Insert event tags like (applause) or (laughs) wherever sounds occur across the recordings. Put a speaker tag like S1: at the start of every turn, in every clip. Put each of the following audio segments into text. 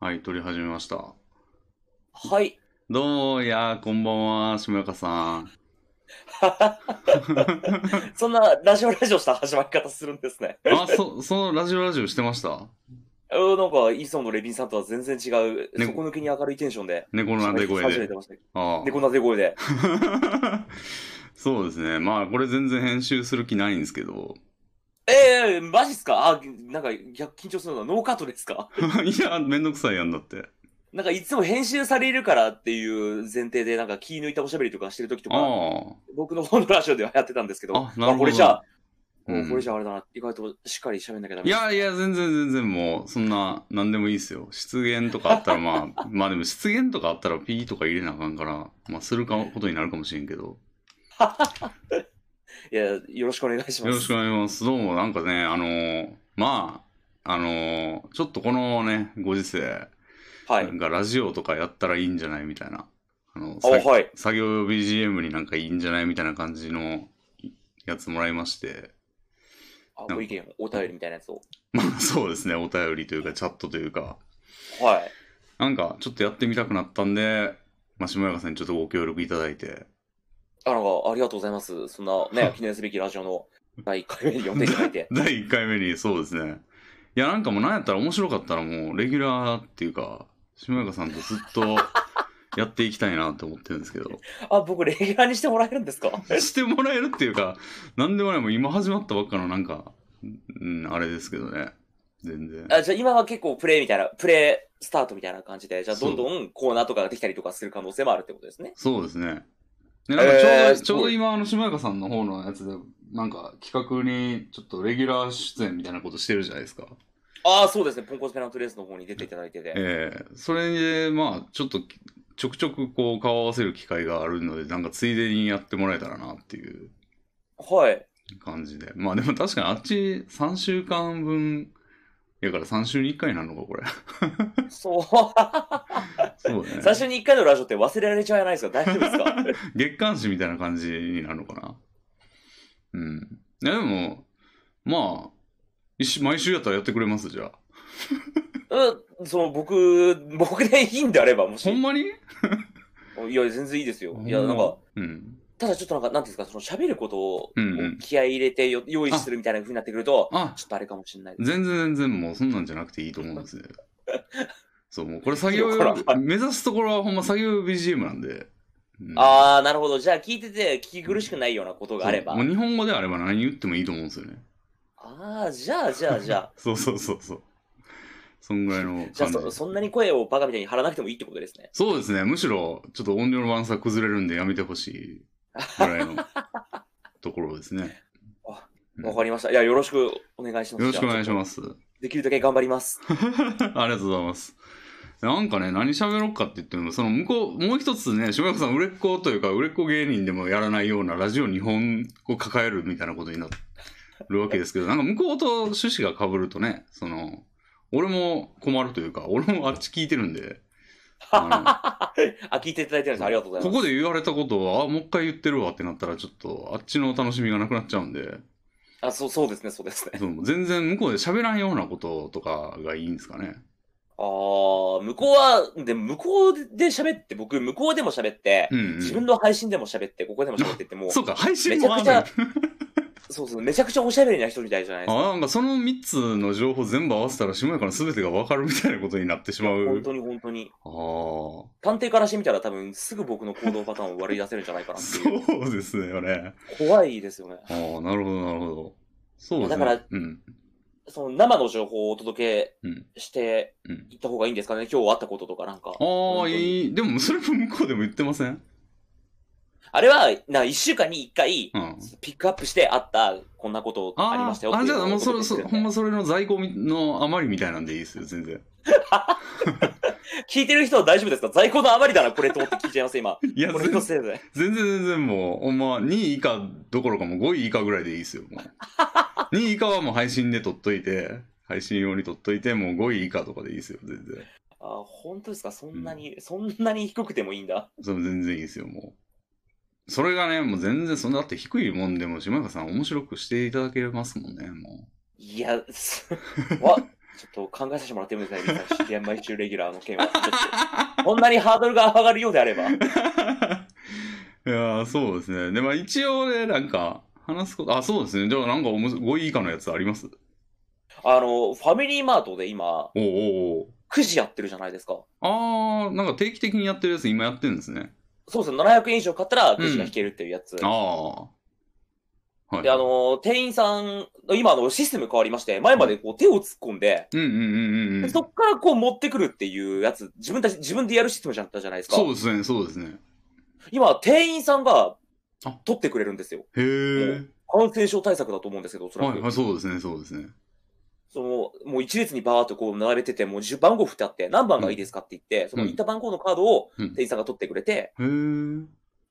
S1: はい、撮り始めました。
S2: はい。
S1: どうも、いやー、こんばんは、しもやかさ
S2: (laughs)
S1: ん。
S2: そんなラジオラジオした始まり方するんですね
S1: あ、そ、そのラジオラジオしてました
S2: うん、なんか、イーソンのレビンさんとは全然違う、ね、底抜けに明るいテンションで。
S1: 猫のなで声で。
S2: ああ猫なで声で。
S1: (laughs) そうですね。まあ、これ全然編集する気ないんですけど。 (laughs)
S2: ええー、マジっすかあ、なんか、逆緊張するのはノーカットですか
S1: いや、めんどくさいやんだって。
S2: なんかいつも編集されるからっていう前提で、なんか気抜いたおしゃべりとかしてる時とか、僕の方のラジオではやってたんですけど、
S1: あ、なるほど。まあ、
S2: これじゃあ、うん、これじゃあれだな、意外としっかり喋んなきゃダメ。
S1: いやいや、全然全然もう、そんな、なんでもいいですよ。失言とかあったらまあ、 (laughs) まあでも失言とかあったらピーとか入れなあかんから、まあするかことになるかもしれんけど。
S2: いや、よろしくお願いします。
S1: よろしくお願いします。どうも、なんかね、あのー、まあ、あのー、ちょっとこのね、ご時世、
S2: はい、
S1: なんかラジオとかやったらいいんじゃないみたいな。あの、
S2: はい、
S1: 作業用 BGM になんかいいんじゃないみたいな感じのやつもらいまして。 (laughs)
S2: あ、ご意見、お便りみたいなやつを。
S1: まあそうですね、お便りというかチャットというか。
S2: はい。
S1: なんかちょっとやってみたくなったんで、まあ、下山さんにちょっとご協力いただいて。
S2: あなんかありがとうございます。そんなね、記念すべきラジオの第1回目に呼んでいただいて。 (laughs)
S1: (laughs) 第1回目に、そうですね。いや、なんかもうなんやったら面白かったらもう、レギュラーっていうか、下中さんとずっ (laughs) とやっていきたいなと思ってるんですけど
S2: あ僕レギュラーにしてもらえるんですか
S1: してもらえるっていうか何でもないもう今始まったばっかのなんか、うん、あれですけどね全然
S2: あじゃあ今は結構プレイみたいなプレイスタートみたいな感じでじゃあどんどんコーナーとかができたりとかする可能性もあるってことですね
S1: そうですねでなんかちょうど、えー、ちょうど今あの下中さんの方のやつでなんか企画にちょっとレギュラー出演みたいなことしてるじゃないですか
S2: ああ、そうですね。ポンコツペナントレースの方に出ていただいてて。
S1: ええー、それで、まあ、ちょっと、ちょくちょくこう、顔を合わせる機会があるので、なんかついでにやってもらえたらなっていう。
S2: はい。
S1: 感じで。まあでも確かにあっち3週間分、やから3週に1回なのか、こ
S2: (laughs)
S1: れ。
S2: そう。
S1: そう (laughs) ね。
S2: 3週に1回のラジオって忘れられちゃわないですか大丈夫ですか
S1: 月刊誌みたいな感じになるのかな。うん。いやでも、まあ、毎週やったらやってくれますじゃあ。
S2: うん、その僕、僕でいいんであれば、もし。
S1: ほんまに
S2: いや、全然いいですよ。いや、なんか、
S1: うん、
S2: ただちょっとなんか、なんていうんですか、その喋ることを気合い入れてよ、うんうん、用意するみたいなふうになってくると、あちょっとあれかもしれない
S1: です。全然全然もう、そんなんじゃなくていいと思うん
S2: (laughs)
S1: ですね。そう、もうこれ作業用、目指すところはほんま作業用 BGM なんで。
S2: うん、ああ、なるほど。じゃあ聞いてて聞き苦しくないようなことがあれば。
S1: もう日本語であれば何言ってもいいと思うんですよね。
S2: ああ、じゃあじゃあじゃあ。
S1: そうそうそうそう。そんぐらいの
S2: じゃあそ、そんなに声をバカみたいに張らなくてもいいってことですね。
S1: そうですね。むしろ、ちょっと音量のワンサ崩れるんでやめてほしいぐらいのところです
S2: (laughs)
S1: ね。
S2: あ、わかりました。いや、よろしくお願いします。
S1: よろしくお願いします。
S2: できるだけ頑張ります。
S1: ありがとうございます。なんかね、何喋ろうかって言っても、その向こう、もう一つね、下山さん、売れっ子というか、売れっ子芸人でもやらないようなラジオ日本を抱えるみたいなことになって。るわけ
S2: (laughs)
S1: ですけど、なんか向こうと趣旨が被るとね、その、俺も困るというか、俺もあっち聞いてるん
S2: (laughs)
S1: で。。
S2: あ, (laughs) あ、聞いていただいてるんです。ありがとうございます
S1: ここで言われたことを、あ、もう一回言ってるわってなったら、ちょっと、あっちの楽しみがなくなっちゃうんで。
S2: あ、そう、そうですね、そうですね。
S1: 全然向こうで喋らんようなこととかがいいんですかね。
S2: ああ、向こうは、で、向こうで喋って、僕、向こうでも喋って、
S1: うんうん、
S2: 自分の配信でも喋って、ここでも喋ってって、もう。
S1: そうか、配信もある。めちゃくちゃ
S2: そうそう、めちゃくちゃおしゃべりな人みたいじゃないですか。
S1: あなんかその3つの情報全部合わせたら、下やから全てが分かるみたいなことになってしまう。
S2: 本当に本当に。
S1: あ
S2: あ。探偵からしてみたら多分すぐ僕の行動パターンを割り出せるんじゃないか
S1: (laughs)
S2: な
S1: そうですよね。
S2: 怖いですよね。
S1: ああ、なるほど、なるほど。そうです
S2: ね。だから、
S1: うん、
S2: その生の情報をお届けしていった方がいいんですかね、うん、今日あったこととかなんか。
S1: ああ、いい。でもそれも向こうでも言ってません
S2: あれは、な、一週間に一回、
S1: うん、
S2: ピックアップしてあった、こんなことありましたよ
S1: あ、じゃあもうそれ、そほんまそれの在庫の余りみたいなんでいいですよ、全然。
S2: 聞いてる人は大丈夫ですか在庫の余りだな、これと思って聞いちゃいます、今。
S1: いや、
S2: これ
S1: 全然、全然もう、ほんま、2位以下どころかもう5位以下ぐらいでいいですよ、もう。2位以下はもう配信で撮っといて、配信用に撮っといて、もう5位以下とかでいいですよ、全然。
S2: あ、本当ですかそんなに、うん、そんなに低くてもいいんだ。
S1: そう、全然いいですよ、もう。それがね、もう全然、そんなだって低いもんでも、島中さん面白くしていただけますもんね、もう。
S2: いや、わ、ちょっと考えさせてもらってもいいですか、リーさん試験毎週レギュラーの件は。ちょっとこんなにハードルが上がるようであれば。
S1: いやーそう (laughs) ですね。で、まあ一応ね、なんか、話すこと、あ、そうですね。じゃあなんかおもし、5位以下のやつあります
S2: あの、ファミリーマートで今、
S1: おうおうおう
S2: くじやってるじゃないですか。
S1: あー、なんか定期的にやってるやつ今やってるんですね。
S2: そうですね、700円以上買ったらくじが引けるっていうやつ。
S1: あー。はい。
S2: で、あ、の、店員さんの、今、あの、システム変わりまして、前までこう手を突っ込んで、
S1: うんうんうんうんう
S2: で
S1: ん。
S2: そっからこう持ってくるっていうやつ、自分たち、自分でやるシステムじゃったじゃないですか。
S1: そうですね、そうですね。
S2: 今、店員さんが
S1: あ
S2: 取ってくれるんですよ。
S1: へー。
S2: 感染症対策だと思うんですけど、おそらく。
S1: はい、はい、そうですね、そうですね。
S2: その、もう一列にバーっとこう並べてて、もう10番号振ってあって、何番がいいですかって言って、その言った番号のカードを
S1: うん
S2: 店員さんが取ってくれて、
S1: へー。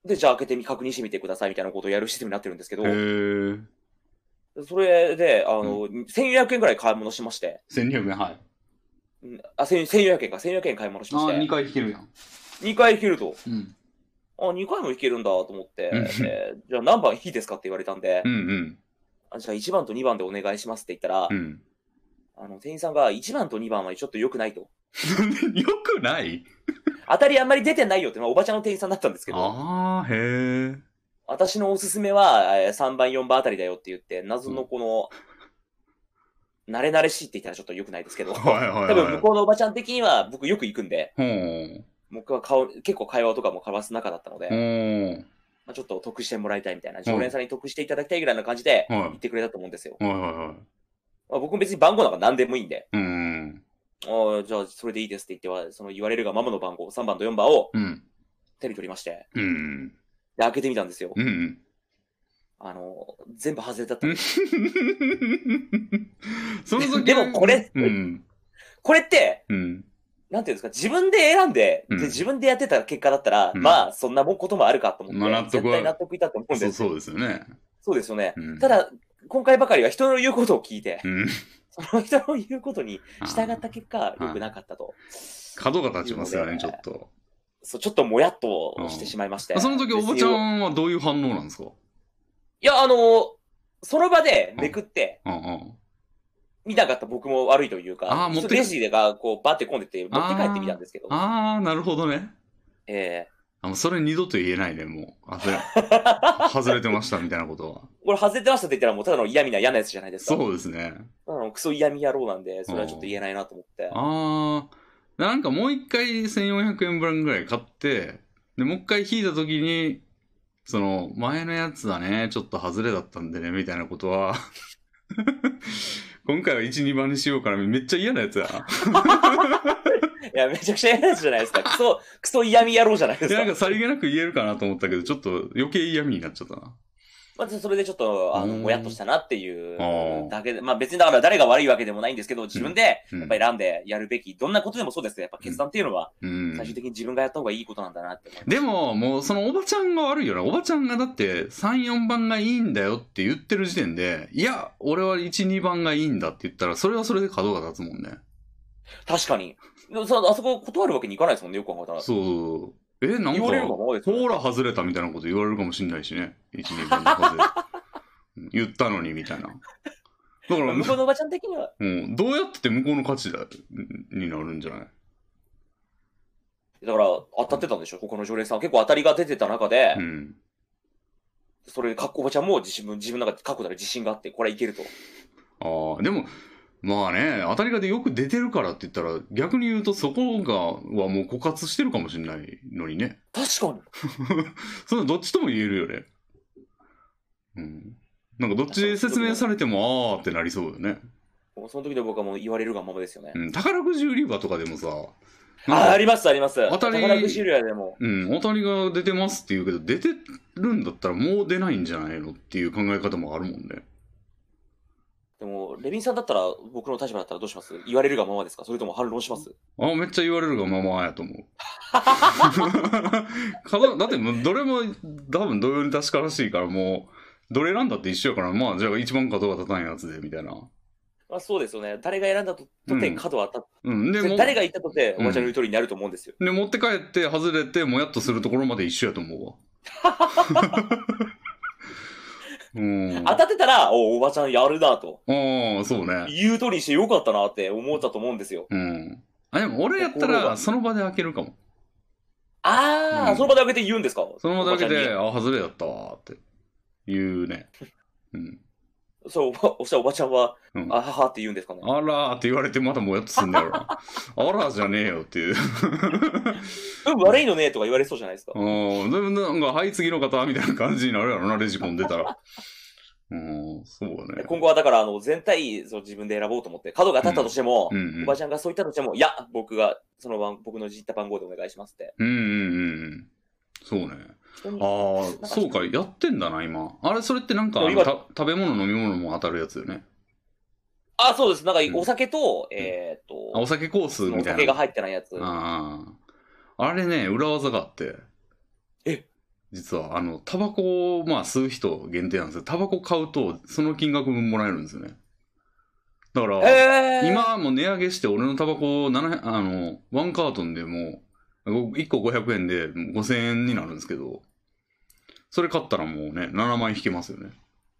S2: で、じゃあ開けてみ、確認してみてくださいみたいなことをやるシステムになってるんですけど
S1: へ、ー。
S2: それで、あの、1400円ぐらい買い物しまして、
S1: 1200円、はい。
S2: うんあ、1000 1400円か、1400円買い物しま
S1: あ
S2: して、
S1: ー、2
S2: 2,
S1: 回引けるやん。
S2: 回引けると、
S1: うん。
S2: あ、2回も引けるんだと思って、
S1: うん
S2: えーじゃあ何番いいですかって言われたんで
S1: う、んうん。
S2: あじゃあ1番と2番でお願いしますって言ったら
S1: う、ん。
S2: あの、店員さんが1番と2番はちょっと良くないと。
S1: (laughs) よくない
S2: 当たりあんまり出てないよって、まあ、おばちゃんの店員さんだったんですけど、
S1: あー、へー。
S2: 私のおすすめは、えー3番、4番あたりだよって言って、謎のこの、慣れ慣れしいって言ったらちょっと良くないですけど、多
S1: はいはい
S2: 分
S1: は
S2: 向
S1: い。
S2: こうのおばちゃん的には僕よく行くんで、
S1: ほう。
S2: 僕は顔結構会話とかも交わす仲だったので、
S1: ほう。
S2: まあ、ちょっと得してもらいたいみたいな、常連さんに得していただきたいぐらいな感じで
S1: はい。
S2: 言ってくれたと思うんですよ。
S1: はいはいはい。
S2: まあ、僕も別に番号なんか何でもいいんで、
S1: うん。
S2: あーじゃあそれでいいですって言っては、その言われるがままの番号、3番と4番を
S1: うん。
S2: 手に取りまして、
S1: うん。
S2: で開けてみたんですよ。
S1: うん。
S2: あの、全部外れだったんですよ
S1: その (laughs) 時
S2: でもこれ
S1: うん。
S2: これって、
S1: うん。
S2: なんていうんですか、自分で選んで、
S1: うん
S2: で自分でやってた結果だったら、
S1: うん
S2: まあ、そんなもんこともあるかと思って、
S1: まあ納得
S2: 絶
S1: は
S2: 対納得いたと思うん
S1: そ
S2: で
S1: う
S2: すよ。
S1: そうですよね。
S2: そうですよね。
S1: うん
S2: ただ、今回ばかりは人の言うことを聞いて、
S1: (laughs) うん。
S2: その人の言うことに従った結果、
S1: ー
S2: 良くなかったと。
S1: 角が立ちますよね、ちょっと。
S2: そう、ちょっともやっとしてしまいまして。
S1: その時おばちゃんはどういう反応なんですか
S2: いや、あの、その場でめくって、
S1: うんうん。
S2: 見なかった僕も悪いというか、
S1: あー持って
S2: レジでがこうバって込んでて、持って帰ってみたんですけど、
S1: あー、なるほどね。
S2: え
S1: あもうそれ二度と言えないね、もう。あそ (laughs) れ外れてましたみたいなことは。
S2: ー、これ外れてましたって言ったらもうただの嫌味な嫌なやつじゃないですか。
S1: そうですね。
S2: あのクソ嫌味野郎なんで、それはちょっと言えないなと思って。
S1: あー、なんかもう一回1400円分ぐらい買って、で、もう一回引いた時に、その、前のやつはね、ちょっと外れだったんでね、みたいなことは、 (laughs) 今回は1、2番にしようから、めっちゃ嫌なやつや
S2: (laughs)
S1: な。
S2: いや、めちゃくちゃ嫌なやつじゃないで
S1: (laughs)
S2: すか。クソ、クソ嫌味野郎じゃないで
S1: い
S2: す
S1: や、
S2: か
S1: なん。かさりげなく言えるかなと思ったけど、ちょっと余計嫌味になっちゃったな。
S2: まあ、それでちょっと、あの、
S1: うん
S2: もやっとしたなっていう
S1: あー
S2: だけで、まあ別にだから誰が悪いわけでもないんですけど、自分でや
S1: うん
S2: っぱり選んでやるべき、どんなことでもそうですけど、やっぱ決断っていうのは、
S1: うん。
S2: 最終的に自分がやった方がいいことなんだなって思います。
S1: でも、もうそのおばちゃんが悪いよな。おばちゃんがだって3、4番がいいんだよって言ってる時点で、いや、俺は1、2番がいいんだって言ったら、それはそれで角が立つもんね。
S2: 確かに。でもさあそこ断るわけにいかないですもんね、よく考えたら。
S1: そう。え、なん
S2: 言
S1: か、
S2: われるか
S1: ほ
S2: もですよね
S1: ら外れたみたいなこと言われるかもしんないしね。1、2番の外れ。うん言ったのにみたいな。だ
S2: (laughs)
S1: から、
S2: 向こうのおばちゃん的には、
S1: うん、どうやって向こうの価値だになるんじゃない
S2: だから当たってたんでしょ、他の常連さん。結構当たりが出てた中で、
S1: うん。
S2: それで、かっこおばちゃんも自分、自分の中で確固たる自信があって、これはいけると。
S1: ああ、でも、まあね、当たりがでよく出てるからって言ったら、逆に言うとそこが、はもう枯渇してるかもしれないのにね。
S2: 確かに。
S1: そのどっちとも言えるよね。うん。なんかどっちで説明されても、ああーってなりそうよね。
S2: もうその時の僕はもう言われるがままですよね。
S1: うん、宝くじ売り場とかでもさ、なん
S2: あ、
S1: か
S2: あります、あります。
S1: 当たり
S2: 宝くじ売り場でも。
S1: うん、当たりが出てますって言うけど、出てるんだったらもう出ないんじゃないのっていう考え方もあるもんね。
S2: でも、レビンさんだったら、僕の立場だったらどうします言われるがままですかそれとも反論します
S1: あ、めっちゃ言われるがままやと思
S2: (laughs)
S1: う。かなだってもうどれも多分同様に確からしいからもう、どれ選んだって一緒やから、まあじゃあ一番角が立たんやつで、みたいな。
S2: まあ、そうですよね。誰が選んだと
S1: う
S2: と
S1: ん
S2: て角は当たっ
S1: うん。で、
S2: て、
S1: も
S2: 誰が言ったとて、おばちゃんの言う通りになると思うんですよ。
S1: で持って帰って外
S2: (laughs)
S1: れて、もやっとするところまで一緒やと思うわ。うん。
S2: 当たってたら、おおばちゃんやるなと、
S1: ああ、そうね。
S2: 言う通りにしてよかったなって思ったと思うんですよ。
S1: うん。あ、でも俺やった
S2: 心
S1: ら、
S2: が
S1: その場で開けるかも。
S2: あー、
S1: うん
S2: その場で開けて言うんですか
S1: その場で開け
S2: おばち
S1: て、
S2: ゃん
S1: あ、外れだったわーって言うね。うん。
S2: にそう、おばおっしゃおばちゃんは、
S1: うん
S2: あははって言うんですかね。
S1: あらーって言われてまたもやっとすんだよ (laughs) な。あらーじゃねえよっていう。
S2: うん、悪いのねとか言われそうじゃないですか。
S1: うん。でもなんか、はい、次の方みたいな感じになるやろな、レジ込んでたら。うん、そうね。
S2: 今後はだから、あの、全体、そう自分で選ぼうと思って、角が立ったとしても、
S1: うんう
S2: お
S1: ん。
S2: ばちゃんがそう言ったとしても、いや、僕が、その番、僕のじった番号でお願いしますって。
S1: うんうんうんうん。そうね。
S2: 人に
S1: ああ、そうか、やってんだな、今。あれ、それってなんか、あの
S2: 今
S1: た食べ物、飲み物も当たるやつよね。
S2: あ、そうです。なんか
S1: ん、
S2: お酒と、えーっと、
S1: あお酒コース
S2: そのお
S1: みた
S2: 酒
S1: い
S2: が
S1: な。
S2: 入ってないやつ。
S1: ああ。あれね、裏技があって。
S2: え
S1: 実は、あの、タバコを、まあ、吸う人限定なんですよ。タバコ買うと、その金額分もらえるんですよね。だから、
S2: えー、
S1: 今もう値上げして俺のタバコを7あのワンカートンでもう1個500円で5000円になるんですけどそれ買ったらもうね7万円引けますよね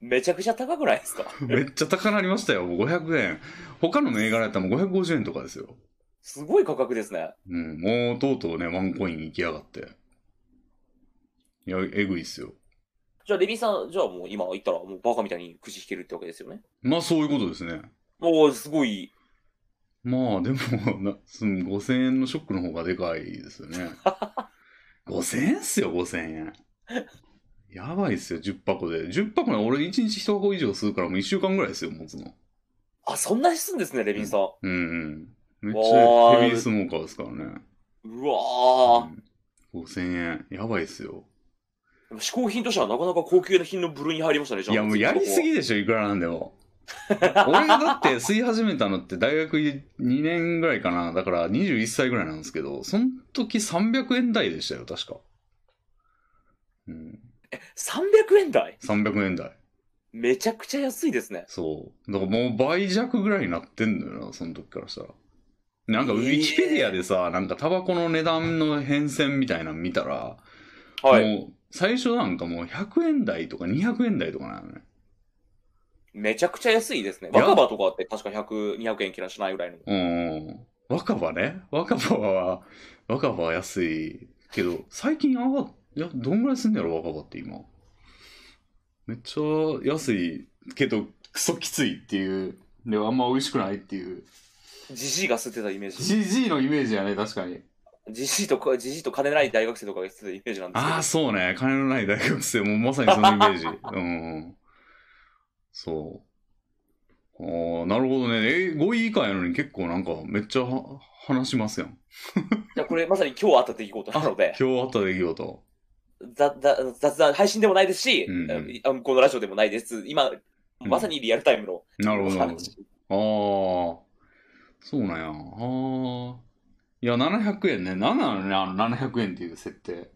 S2: めちゃくちゃ高くないですか
S1: (laughs) めっちゃ高なりましたよもう500円他の銘柄やったらもう550円とかですよ、
S2: すごい価格ですね。
S1: うん、もうとうとうねワンコイン行きやがっていやえぐいっすよ
S2: じゃあ、レビンさん、じゃあもう今言ったら、もうバカみたいにくじ引けるってわけですよね。
S1: まあそういうことですね
S2: もう、すごい。
S1: まあでも (laughs) なその5000円のショックの方がでかいですよね (laughs) 5000円っすよ5000円やばいっすよ10箱で10箱ね俺1日1箱以上吸うからもう1週間ぐらいですよ持つの
S2: あ、そんなにすんですね、レビンさん。
S1: うんうんめっち
S2: わ
S1: ゃ
S2: ー
S1: ヘビースモーカーですからね
S2: うわ
S1: う
S2: ー。
S1: ん5000円やばいっすよ
S2: でも嗜好品としてはなかなか高級な品の部類に入りましたね、じゃあ。
S1: いやもうやりすぎでしょいくらなんでも俺がだって吸い始めたのって大学2年ぐらいかなだから21歳ぐらいなんですけどその時300円台でしたよ確かうん
S2: 300円台
S1: 300円台
S2: めちゃくちゃ安いですね。
S1: そうだからもう倍弱ぐらいになってんのよなその時からしたらなんかウ
S2: えー
S1: ィキペディアでさ、なんかタバコの値段の変遷みたいなの見たら、
S2: はい。
S1: もう最初なんかもう100円台とか200円台とかなのね
S2: めちゃくちゃ安いですね。
S1: や
S2: 若葉とかって確か100、200円切らしないぐらいの。
S1: うん。若葉ね。若葉は、若葉は安いけど、最近上がっ、いや、どんぐらいすんのやろ、若葉って今。めっちゃ安いけど、クソきついっていう。で、あんま美味しくないっていう。
S2: じじいが吸ってたイメージ。
S1: GG のイメージやね、確かに。
S2: じじいとか、じじいと金ない大学生とかが吸ってたイメージなんですけど
S1: ああ、。そうね。金のない大学生もまさにそのイメ (laughs) ージ。うん。そう。ああ、なるほどね。え、5位以下やのに結構なんかめっちゃは話しますやん。
S2: じゃあこれまさに今日あった出来事な
S1: (laughs)
S2: ので、
S1: 今日あった出来事。
S2: ざざ雑談、配信でもないですし、
S1: うん
S2: あ向こうのラジオでもないです。今、
S1: うん
S2: まさにリアルタイムの。
S1: なるほど、なるほど
S2: 話。
S1: ああ、そうなんや。ああ。いや、700円ね。なんなのね、あの700円っていう設定。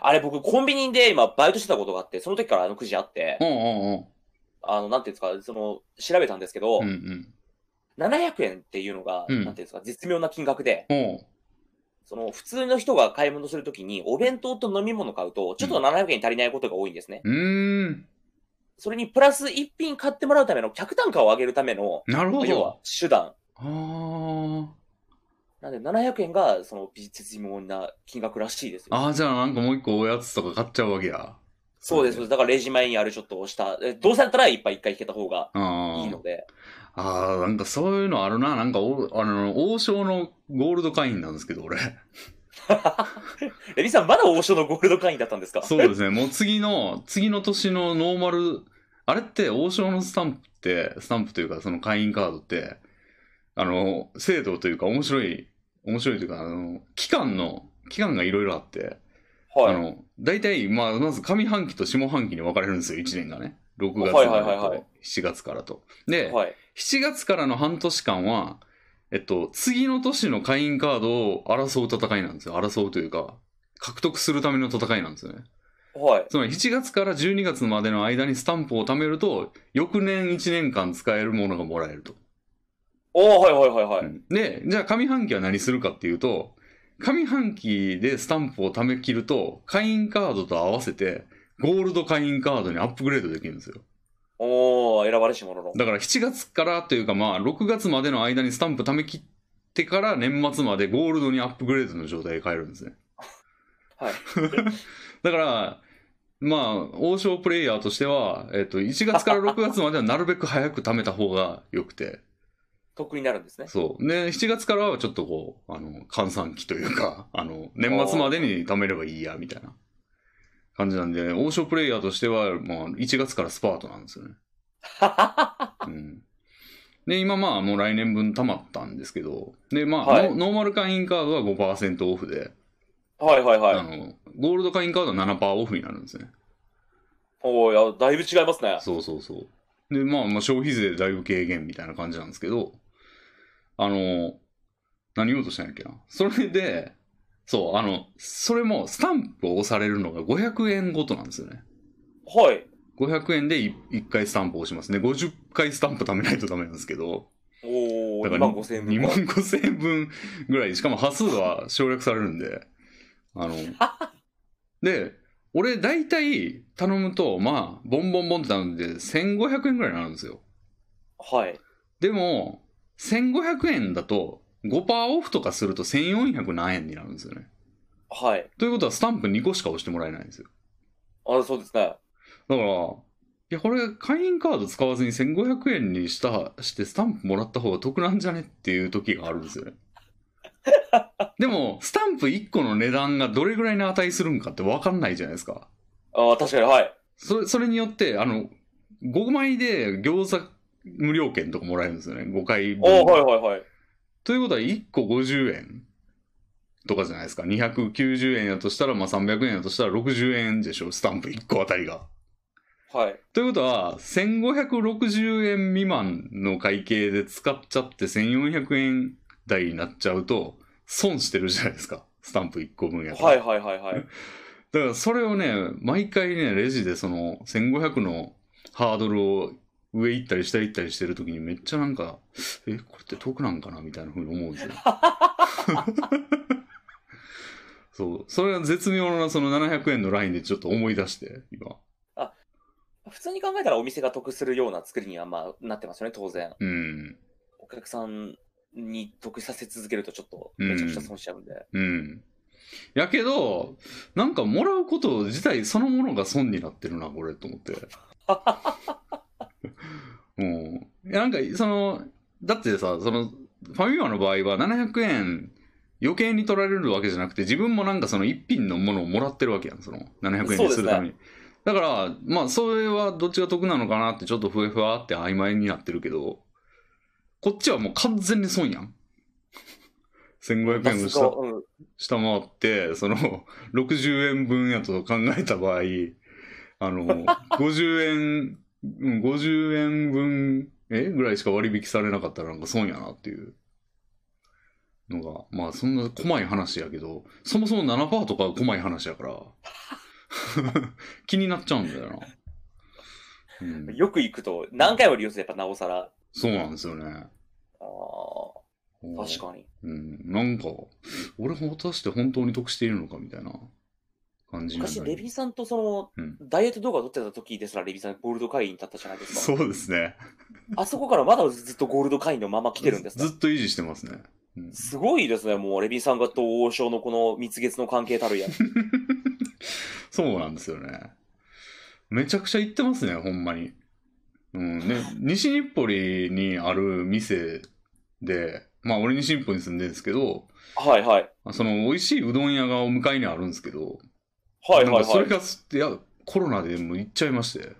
S2: あれ僕、コンビニで今、バイトしてたことがあって、その時からあのくじあって
S1: う、んうん
S2: あの、なんていうんですか、その、調べたんですけど、
S1: うん。うん
S2: 700円っていうのが、
S1: うん
S2: なんていうんですか、絶妙な金額で、
S1: うん。おう
S2: その、普通の人が買い物するときに、お弁当と飲み物買うと、ちょっと700円足りないことが多いんですね。
S1: うーん。
S2: それに、プラス1品買ってもらうための、客単価を上げるための、
S1: なる
S2: ま
S1: ほ
S2: あ要は
S1: ど。、
S2: 手段。
S1: ああ。
S2: なんで、700円が、その、美絶妙な金額らしいですよ。
S1: ああ、じゃあなんかもう一個おやつとか買っちゃうわけや。
S2: そうです。そうですだから、レジ前にあるちょっと押した。えどうせだったら、いっぱい一回引けた方が
S1: あ
S2: いい
S1: あ
S2: の。で。
S1: ああ、なんかそういうのあるな。なんかお、あの、王将のゴールド会員なんですけど、俺。
S2: レビさん、まだ王将のゴールド会員だったん (laughs) ですか
S1: そうですね。もう次の、次の年のノーマル、あれって王将のスタンプって、スタンプというかその会員カードって、あの、制度というか面白い、面白いというか、あの、期間の、期間がいろいろあって、
S2: は
S1: あ
S2: い。
S1: の、大体、まあ、まず上半期と下半期に分かれるんですよ、1年がね。6月
S2: は
S1: か
S2: いはいはい
S1: ら
S2: はい
S1: と7月からと。で、
S2: はい。
S1: 7月からの半年間は、えっと、次の年の会員カードを争う戦いなんですよ。争うというか、獲得するための戦いなんですよね。
S2: はい。
S1: つまり7月から12月までの間にスタンプを貯めると、翌年1年間使えるものがもらえると。
S2: おー、はいはいはいは
S1: う
S2: い。
S1: んで、じゃあ上半期は何するかっていうと、上半期でスタンプを貯め切ると、会員カードと合わせて、ゴールド会員カードにアップグレードできるんですよ。
S2: おー、選ばれし者の。
S1: だから7月からというかまあ6月までの間にスタンプ貯め切ってから年末までゴールドにアップグレードの状態で買えるんですね。
S2: はい。
S1: だから、まあ、王将プレイヤーとしては、えっと、1月から6月まではなるべく早く貯めた方が良く
S2: (laughs)
S1: て、
S2: 得になるんですね。
S1: そう。で、7月からはちょっとこう、あの、換算期というか、あの、年末までに貯めればいいや、みたいな感じなんで、王将プレイヤーとしては、もう1月からスパートなんですよ
S2: (laughs)
S1: ね。うん。で、今まあ、もう来年分貯まったんですけど、で、まあ、
S2: はい
S1: ノノーマル会員カードは5%オフで、
S2: はいはい
S1: あ
S2: はい。
S1: の、ゴールド会員カードは7%オフになるんですね。
S2: おー、いや、だいぶ違いますね。
S1: そうそうそう。で、まあ、まあ、消費税だいぶ軽減みたいな感じなんですけど、あの、何言おうとしたんやっけな。それで、そう、あの、それもスタンプを押されるのが500円ごとなんですよね。
S2: はい。
S1: 500円で 1, 回スタンプを押しますね。50回スタンプ貯めないとダメなんですけど、
S2: おー、
S1: だから
S2: 2万5千円
S1: 2
S2: 分
S1: 万。5千円分ぐらい、しかも端数は省略されるんで、あの、 (laughs) で、俺大体頼むと、まあ、ボンボンボンって頼んで1500円ぐらいになるんですよ。
S2: はい。
S1: でも、1500円だと、5%オフとかすると1400何円になるんですよね。
S2: はい。
S1: ということは、スタンプ2個しか押してもらえないんですよ。
S2: あ、そうですね。
S1: だから、いや、これ、会員カード使わずに1500円にした、してスタンプもらった方が得なんじゃねっていう時があるんですよね。 (laughs) でも、スタンプ1個の値段がどれぐらいの値するんかって分かんないじゃないですか。
S2: あー確かに、はい。
S1: それ、それによって、あの、5枚で餃子無料券とかもらえるんですよね。5回分。
S2: おー、はいはいはい。
S1: ということは1個50円とかじゃないですか290円やとしたら、まあ、300円やとしたら60円でしょスタンプ1個あたりが。
S2: はい。
S1: ということは1560円未満の会計で使っちゃって1400円台になっちゃうと損してるじゃないですかスタンプ1個分やと。
S2: はいはいはいはい。
S1: だからそれをね毎回ねレジでその1500のハードルを上行ったり下行ったりしてる時にめっちゃなんかえこれって得なんかなみたいなふうに思うんですよそうそれは絶妙なその700円のラインでちょっと思い出して今
S2: 普通に考えたらお店が得するような作りにはまあなってますよね、当然。
S1: うん
S2: お客さんに得させ続けるとちょっとめちゃくちゃ損しちゃうんで。
S1: うんやけどなんかもらうこと自体そのものが損になってるなこれと思って (laughs) うんいやなんかそのだってさそのファミマの場合は700円余計に取られるわけじゃなくて自分もなんかその一品のものをもらってるわけやんその700円にするために、だからまあそれはどっちが得なのかなってちょっとふわふわって曖昧になってるけどこっちはもう完全に損やん1500円をした
S2: うん、
S1: 下回ってその60円分やと考えた場合あの
S2: (laughs)
S1: 50円うん50円分えぐらいしか割引されなかったらなんか損やなっていうのがまあそんな細い話やけどそもそも7%とかは細い話やから (laughs) 気になっちゃうんだよな、うん、
S2: よく行くと何回も利用するとやっぱなおさら。
S1: そうなんですよね
S2: あー確かに。
S1: うん、なんか俺も果たして本当に得しているのかみたいな感じになる
S2: 昔、レビンさんとその、
S1: うん
S2: ダイエット動画を撮ってた時ですら、レビンさんゴールド会員だったじゃないです
S1: そ
S2: か。
S1: うですね。
S2: あそこからまだずっとゴールド会員のまま来てるんですね
S1: ずずっと維持してますね。うん
S2: すごいですね、もう、レビンさんがと王将のこの蜜月の関係たる
S1: (laughs)
S2: や。
S1: そうなんですよね。めちゃくちゃ行ってますね、ほんまに。うん、ね、西日暮里にある店で、まあ俺西日暮里に住んでるんですけど、
S2: はいはい。
S1: その美味しいうどん屋がお向かいにあるんですけど、
S2: はいはい
S1: なんかそ
S2: は
S1: れ
S2: い。
S1: がす、いや、コロナでもう行っちゃいまして、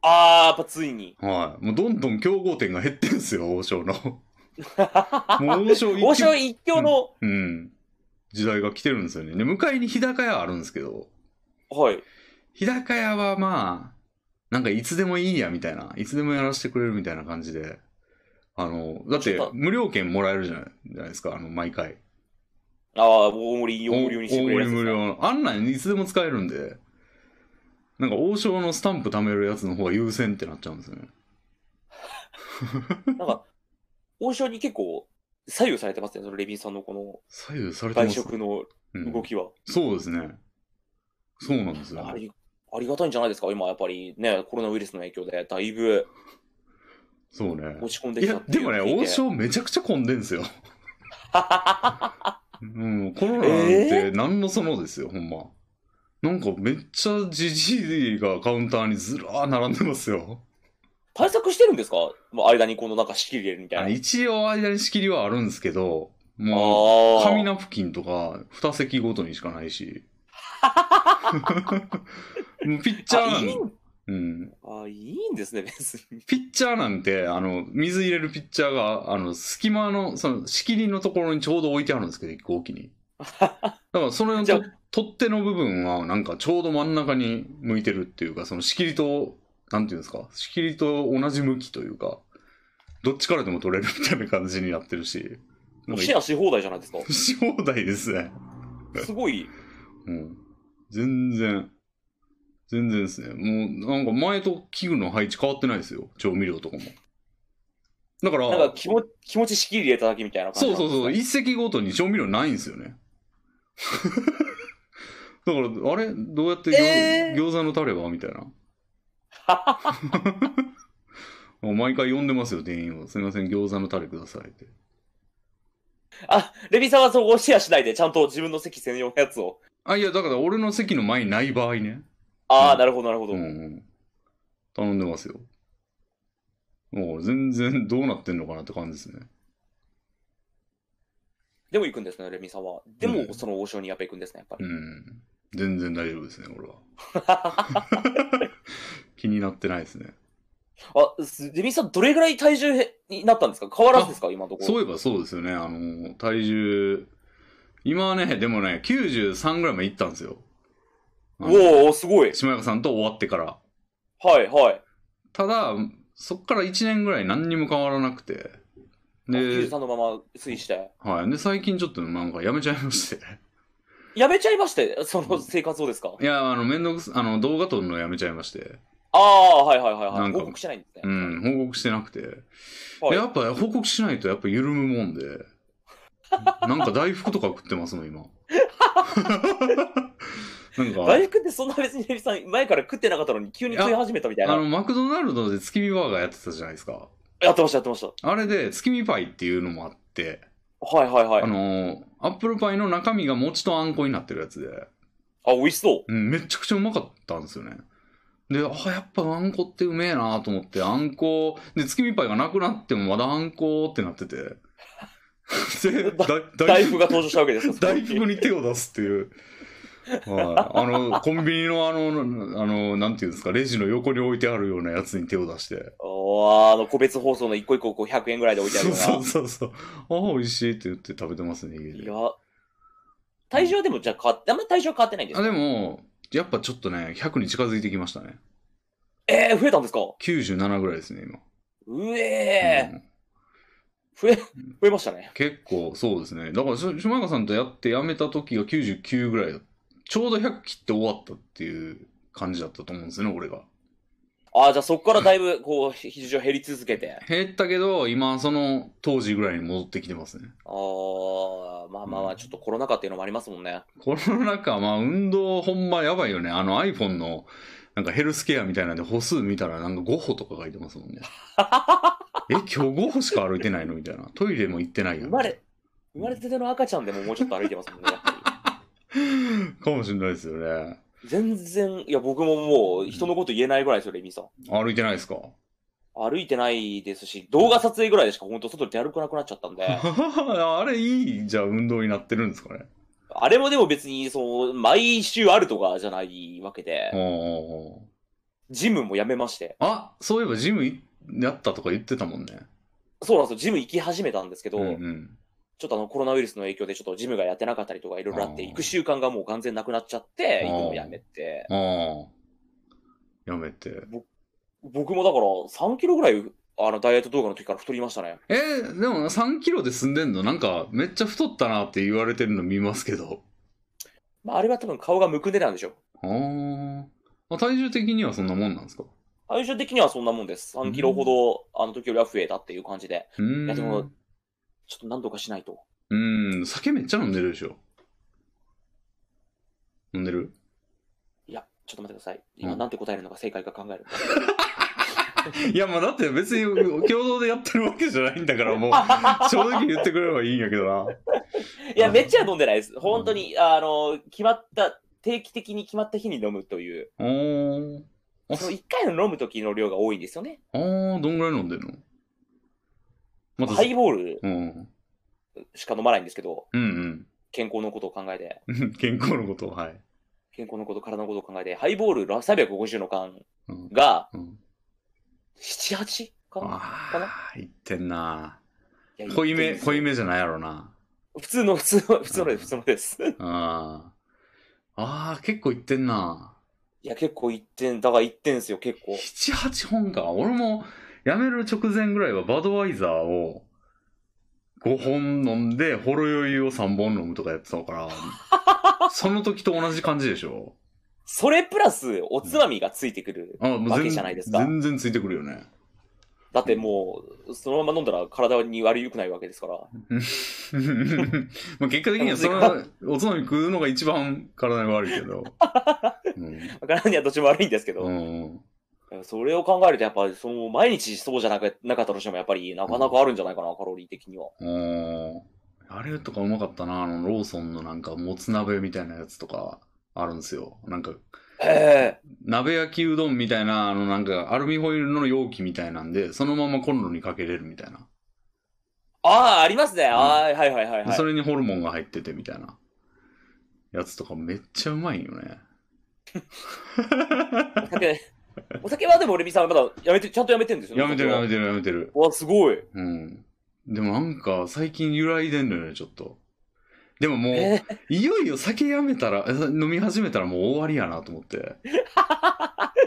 S2: あー、やっぱついに。
S1: はい。もうどんどん競合店が減ってんすよ、王将の。もう王将一
S2: 王将
S1: 挙、
S2: 一強の、
S1: うん、時代が来てるんですよね。で、向かいに日高屋あるんですけど、
S2: はい。
S1: 日高屋はまあ、なんかいつでもいいやみたいな、いつでもやらせてくれるみたいな感じで、あの、だっ
S2: ち
S1: て
S2: ょっと
S1: 無料券もらえるじゃないじゃないですか、あの、毎回。
S2: ああ、大盛り、大盛りにして
S1: 大
S2: く
S1: 盛
S2: れる
S1: り無
S2: やつですね
S1: 料。あんなんいつでも使えるんで、なんか王将のスタンプ貯めるやつの方が優先ってなっちゃうんですよね。
S2: なんか、王将に結構左右されてますね、そのレビンさんのこの
S1: 左右されてま
S2: 外
S1: す、
S2: 食の
S1: うん
S2: 動きは。
S1: そうですね。そうなんですよ
S2: あ。れ、ありがたいんじゃないですか、今やっぱりね、コロナウイルスの影響で、だいぶ
S1: そうね。
S2: 落ち込んで
S1: い
S2: きた
S1: や
S2: っ、て
S1: で
S2: いう
S1: もね、
S2: のを聞い
S1: 王
S2: て
S1: 将めちゃくちゃ混んでんすよ。 (laughs) うん、コロナなん
S2: え
S1: て何のそのですよ、ほんま。なんかめっちゃじじいがカウンターにずらー並んでますよ。
S2: 対策してるんですかまあ間にこのなんか仕切り入れるみたい
S1: あ
S2: な。
S1: 一応間に仕切りはあるんですけど、
S2: あ
S1: もう、
S2: ー
S1: 紙ナプキンとか2席ごとにしかない
S2: (laughs)
S1: し。もうピッチャー
S2: あ
S1: ない
S2: い
S1: ん
S2: ん
S1: うん、
S2: あいいんですね、別に。
S1: ピッチャーなんて、あの、水入れるピッチャーが、あの、隙間の、その、仕切りのところにちょうど置いてあるんですけど、一個置き
S2: (laughs)
S1: に。だから、それの
S2: じゃ
S1: と取っ手の部分は、なんか、ちょうど真ん中に向いてるっていうか、その仕切りと、なんていうんですか、仕切りと同じ向きというか、どっちからでも取れるみたいな感じになってるし、なんか
S2: シェアし放題じゃない
S1: (laughs)
S2: ですか。
S1: し放題ですね。
S2: すごい。
S1: うん。全然、全然ですね。もう、なんか前と器具の配置変わってないですよ。調味料とかも。だから、
S2: なんか気持気持ち仕切り入れただけみたいな感
S1: そ
S2: じ
S1: うそうそう、
S2: う。
S1: 一席ごとに調味料ないんですよね。 (laughs) だから、あれどうやって餃,、
S2: えー
S1: 餃子のタレはみたい
S2: (laughs)
S1: な。毎回呼んでますよ、店員を。すいません、餃子のタレくださいって。
S2: あ、レビさんはそこをシェアしないで、ちゃんと自分の席専用のやつを。
S1: あ、いや、だから俺の席の前にない場合ね。
S2: あ
S1: う
S2: あ、
S1: ん
S2: なるほど、なるほど。
S1: うんうん。頼んでますよ。もう全然どうなってんのかなって感じですね。
S2: でも行くんですね、レミさんは。でも、
S1: うん
S2: その王将にやっぱ行くんですね、やっぱり。
S1: うん。全然大丈夫ですね、俺は。 (laughs) 気になってないですね。
S2: あ、すレミさん、どれぐらい体重へになったんですか変わらずですか今のところ。
S1: そういえばそうですよね。あの、体重、今はね、でもね、93ぐらいまでいったんですよ。あの
S2: おおすごい。
S1: 島中さんと終わってから。
S2: はい、はい。
S1: ただ、そっから1年ぐらい何にも変わらなくて。
S2: で、
S1: で、
S2: さんのまま推移して。
S1: はい。で、最近ちょっとなんかやめちゃいまして。
S2: やめちゃいまして、その生活をですか、
S1: いや、あの、めんどくさ、あの、動画撮るのやめちゃいまして。
S2: ああ、はいはいはい
S1: な
S2: はい。
S1: んか
S2: 報告してないんです
S1: う
S2: ね。
S1: ん、報告してなくて。
S2: はい
S1: でやっぱ報告しないとやっぱ緩むもんで。なんか大福とか食ってますもん、
S2: (laughs)
S1: 今。なんか。
S2: 大福ってそんな別にレミさん、前から食ってなかったのに急に食い始めたみたい
S1: あ
S2: な。
S1: の、マクドナルドで月見バーガーやってたじゃないですか。
S2: やってました、やってました。
S1: あれで月見パイっていうのもあって、
S2: はいはいはい。
S1: あ
S2: あ
S1: のーアップルパイの中身が餅とあんこになってるやつで、
S2: 美味しそう。
S1: うん、めちゃくちゃうまかったんですよね。で、あ、やっぱあんこってうめえなと思って、あんこ、で、月見パイがなくなってもまだあんこってなって (laughs) て、で、
S2: (laughs)
S1: だ
S2: 大福が登場したわけですよ。
S1: 大福に手を出すっていう。はい、あのコンビニのあのあのなんていうんですかレジの横に置いてあるようなやつに手を出して
S2: おーあの、個別包装の一個一個こう100円ぐらいで置いてあるような。
S1: そうそうそうそう。ああ、美味しいって言って食べてますね、家
S2: い
S1: で。
S2: や、体重はでもじゃあ変わって、あんまり体重は変わってないんです
S1: あ
S2: か
S1: でも、やっぱちょっとね、100に近づいてきましたね。
S2: ええー、増えたんですか
S1: 97ぐらいですね、今。
S2: うえ
S1: うん
S2: ー、増え、増えましたね。
S1: 結構そうですね。だから、し島中さんとやってやめた時が99ぐらいだちょうど100切って終わったっていう感じだったと思うんですよね、俺が。
S2: ああ、じゃあそこからだいぶこう、非常減り続けて。
S1: 減ったけど、今、その当時ぐらいに戻ってきてますね。
S2: ああ、まあまあまあ、ちょっとコロナ禍っていうのもありますもんね。
S1: コロナ禍、まあ、運動、ほんまやばいよね。あの iPhone の、なんかヘルスケアみたいなんで歩数見たら、なんか5歩とか書いてますもんね。え、今日5歩しか歩いてないのみたいな。トイレも行ってないよ。
S2: 生まれ、生まれたての赤ちゃんでももうちょっと歩いてますもんね。やっぱ
S1: かもしれないですよね。
S2: り全然、いや、僕ももう人のこと言えないぐらいですよ、レミさん。
S1: 歩いてないですか
S2: 歩いてないですし、動画撮影ぐらいでしか本当外出歩かなくなっちゃったんで、
S1: あれいい、じゃあ運動になってるんですかね。
S2: あれもでも別に、その、毎週あるとかじゃないわけで、
S1: おー
S2: ジムもやめまして、
S1: あ、そういえばジムいやったとか言ってたもんね。
S2: そうなんですよ、ジム行き始めたんですけど、
S1: んん。
S2: ちょっとあのコロナウイルスの影響でちょっとジムがやってなかったりとかいろいろあって、
S1: あー
S2: 行く習慣がもう完全なくなっちゃって、
S1: あー
S2: 行くのをやめて、
S1: ああ。やめて。
S2: 僕もだから3キロぐらい、あの、ダイエット動画の時から太りましたね。
S1: えーでも3キロで済んでんのなんかめっちゃ太ったなって言われてるの見ますけど。
S2: まあ、あれは多分顔がむくんでたんでしょう。
S1: あーあ。体重的にはそんなもんなんですか
S2: 最終的にはそんなもんです。3キロほど、あの時よりは増えたっていう感じで、
S1: うーん。
S2: いやでもちょっと何とかしないと。
S1: うーん、酒めっちゃ飲んでるでしょ。飲んでる
S2: いや、ちょっと待ってください。今、
S1: うん
S2: なんて答えるのが正解か考える。
S1: (laughs) いや、まあだって別に共同でやってるわけじゃないんだから、もう、正直言ってくれればいいんやけどな。
S2: いや、めっちゃ飲んでないです。本当に、あの、決まった、定期的に決まった日に飲むという、
S1: おー。あ
S2: その1回の飲む時の量が多いんですよね。
S1: あー、どんぐらい飲んでんのまた、
S2: ハイボール
S1: うん。
S2: しか飲まないんですけど、
S1: うん
S2: 健康のことを考えて、
S1: うん。 (laughs) 健康のこと、はい。
S2: 健康のこと、体のことを考えて、ハイボール350の缶
S1: うん。
S2: が、
S1: うん、
S2: 7、8缶かな
S1: ああ、いってんな。
S2: いや
S1: 濃いめ、
S2: 一定です
S1: 濃いめじゃないやろな。
S2: 普通の、普通の、普通のです、普通のです。
S1: ああ。ああ、結構いってんな。
S2: いや、結構1点、だから1点ですよ、結構。
S1: 7、8本か。俺も、辞める直前ぐらいはバドワイザーを5本飲んで、ほろ酔いを3本飲むとかやってた
S2: (laughs)
S1: から、その時と同じ感じでしょ
S2: それプラス、おつまみがついてくる。
S1: あもう
S2: わ
S1: 全
S2: けじゃないですか
S1: 全然ついてくるよね。 (laughs)
S2: だってもう、そのまま飲んだら体に悪くないわけですから。
S1: まあ結果的にはそれはおつまみ食うのが一番体に悪いけ
S2: (laughs)
S1: ど。うん
S2: 体にはどっちも悪いんですけど。
S1: うん、
S2: それを考えると、やっぱり、その、毎日そうじゃなかなかったとしても、やっぱり、なかなかあるんじゃないかな、カロリー的には。
S1: うんあれとかうまかったな、あのローソンのなんかもつ鍋みたいなやつとかあるんですよ。なんか
S2: へえ。
S1: 鍋焼きうどんみたいな、あのなんかアルミホイルの容器みたいなんで、そのままコンロにかけれるみたいな。
S2: ああ、ありますね。ああ、はいはいはい
S1: で
S2: はい
S1: そ。れにホルモンが入っててみたいなやつとかめっちゃうまいよね。
S2: お酒、お酒はでも、レミさんはまだ、やめて、ちゃんとやめてるんですよね。
S1: やめてるやめ
S2: て
S1: てるやめてる。
S2: わ、すごい。
S1: うん。でもなんか最近揺らいでんのよね、ちょっと。でももう、
S2: え
S1: いよいよ酒やめたら、え飲み始めたらもう終わりやなと思って。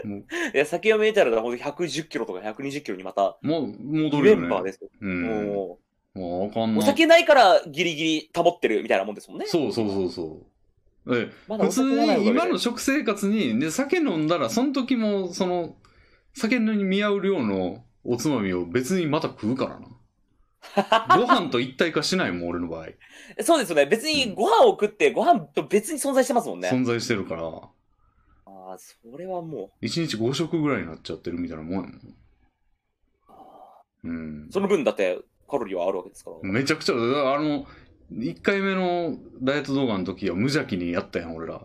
S2: ーいや、酒を見えたら、ほんと110キロとか120キロにまた、
S1: もう戻る
S2: メ
S1: よ
S2: ンバー
S1: ね。
S2: ですよ。
S1: うん。も
S2: も
S1: うあかん
S2: う、
S1: な。
S2: お酒ないから、ギリギリ保ってるみたいなもんですもんね。
S1: そうそうそうそう。え
S2: まだ
S1: 普
S2: お酒
S1: 通
S2: がないおかげ
S1: に
S2: で
S1: 今の食生活に、で、酒飲んだら、その時も、その、酒に見合う量のおつまみを別にまた食うから
S2: (laughs)
S1: な。ご飯と一体化しないもん、俺の場合。
S2: そうですよね。別にご飯を食って、ご飯と別に存在してますもんね。
S1: 存在してるから、
S2: ああ、それはも
S1: 一日5食ぐらいになっちゃってるみたいなもんやもん。うん
S2: う、。その分だってカロリーはあるわけですから。
S1: めちゃくちゃ、だからあの、1回目のダイエット動画の時は無邪気にやったやん、俺ら。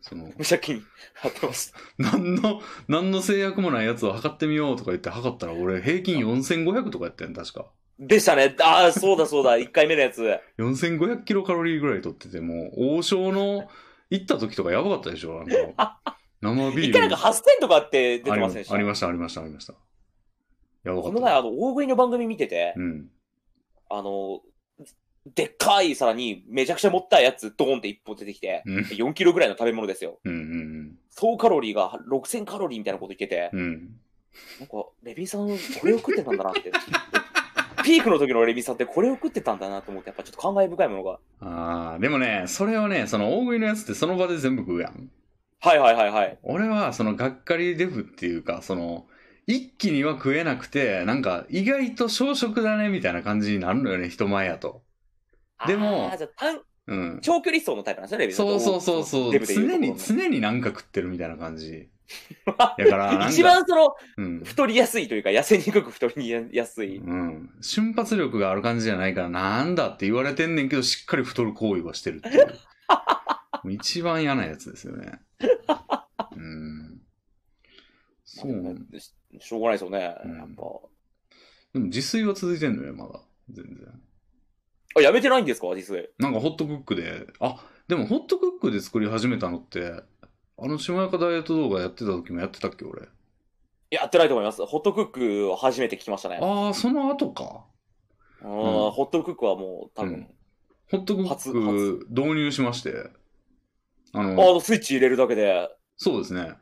S1: その、
S2: 無邪気に貼ってます。
S1: 何の、何の制約もないやつを測ってみようとか言って測ったら、俺平均4500とかやったやん、確か。
S2: でしたね。ああ、そうだそ
S1: (laughs)
S2: うだ。1回目のやつ。
S1: 4500キロカロリーぐらい取ってて、もう、王将の、行った時とかやばかったでしょ、あの、生ビール。
S2: 1回なんか8000とかって出てませんでした。
S1: ありました、ありました、ありました。やばか
S2: こ
S1: っ
S2: の
S1: た。
S2: 前、あの、大食いの番組見てて、
S1: うん。
S2: あの、でっかい皿にめちゃくちゃ持ったやつ、ドーンって一歩出てきて、
S1: うん、
S2: 4キロぐらいの食べ物ですよ。
S1: うん、うん
S2: 総カロリーが6000カロリーみたいなこと言ってて、
S1: うん、うん。
S2: なんか、レビンさん、これを食ってたんだなって。ピークの時のレビンさんってこれを食ってたんだなと思って、やっぱちょっと感慨深いものが。
S1: ああ、でもね、それをね、その大食いのやつってその場で全部食うやん。
S2: はいはいはいはい。
S1: 俺はそのがっかりデフっていうかその一気には食えなくてなんか意外と小食だねみたいな感じになるのよね人前やとでも
S2: あーじゃあ短
S1: うん
S2: 長距離走のタイプなんですね、レビンさん
S1: そうそうそうそう
S2: デブで言うと
S1: 常
S2: ころ
S1: に
S2: の
S1: 常になんか食ってるみたいな
S2: (laughs)
S1: 感じやからなんか
S2: 一番その、
S1: うん、
S2: 太りやすいというか、痩せにくく太りやすい。
S1: うん、瞬発力がある感じじゃないからなんだって言われてんねんけどしっかり太る行為はしてるって
S2: (laughs)
S1: いうもう一番嫌なやつですよねうんそうなん
S2: ししょうがないですよね、
S1: うん
S2: やっぱ。
S1: でも自炊は続いてんのよまだ全然
S2: あ、やめてないんですか、実際。
S1: なんかホットクックで、あ、でもホットクックで作り始めたのって、あの、下中ダイエット動画やってた時もやってたっけ、俺。
S2: やってないと思います。ホットクックを初めて聞きましたね。
S1: ああ、その後か。
S2: あーホットクックはもう多分、
S1: ホットク
S2: 初
S1: ッ
S2: 初
S1: ク導入しまして、あ
S2: あ
S1: の、
S2: のスイッチ入れるだけで
S1: そうですね。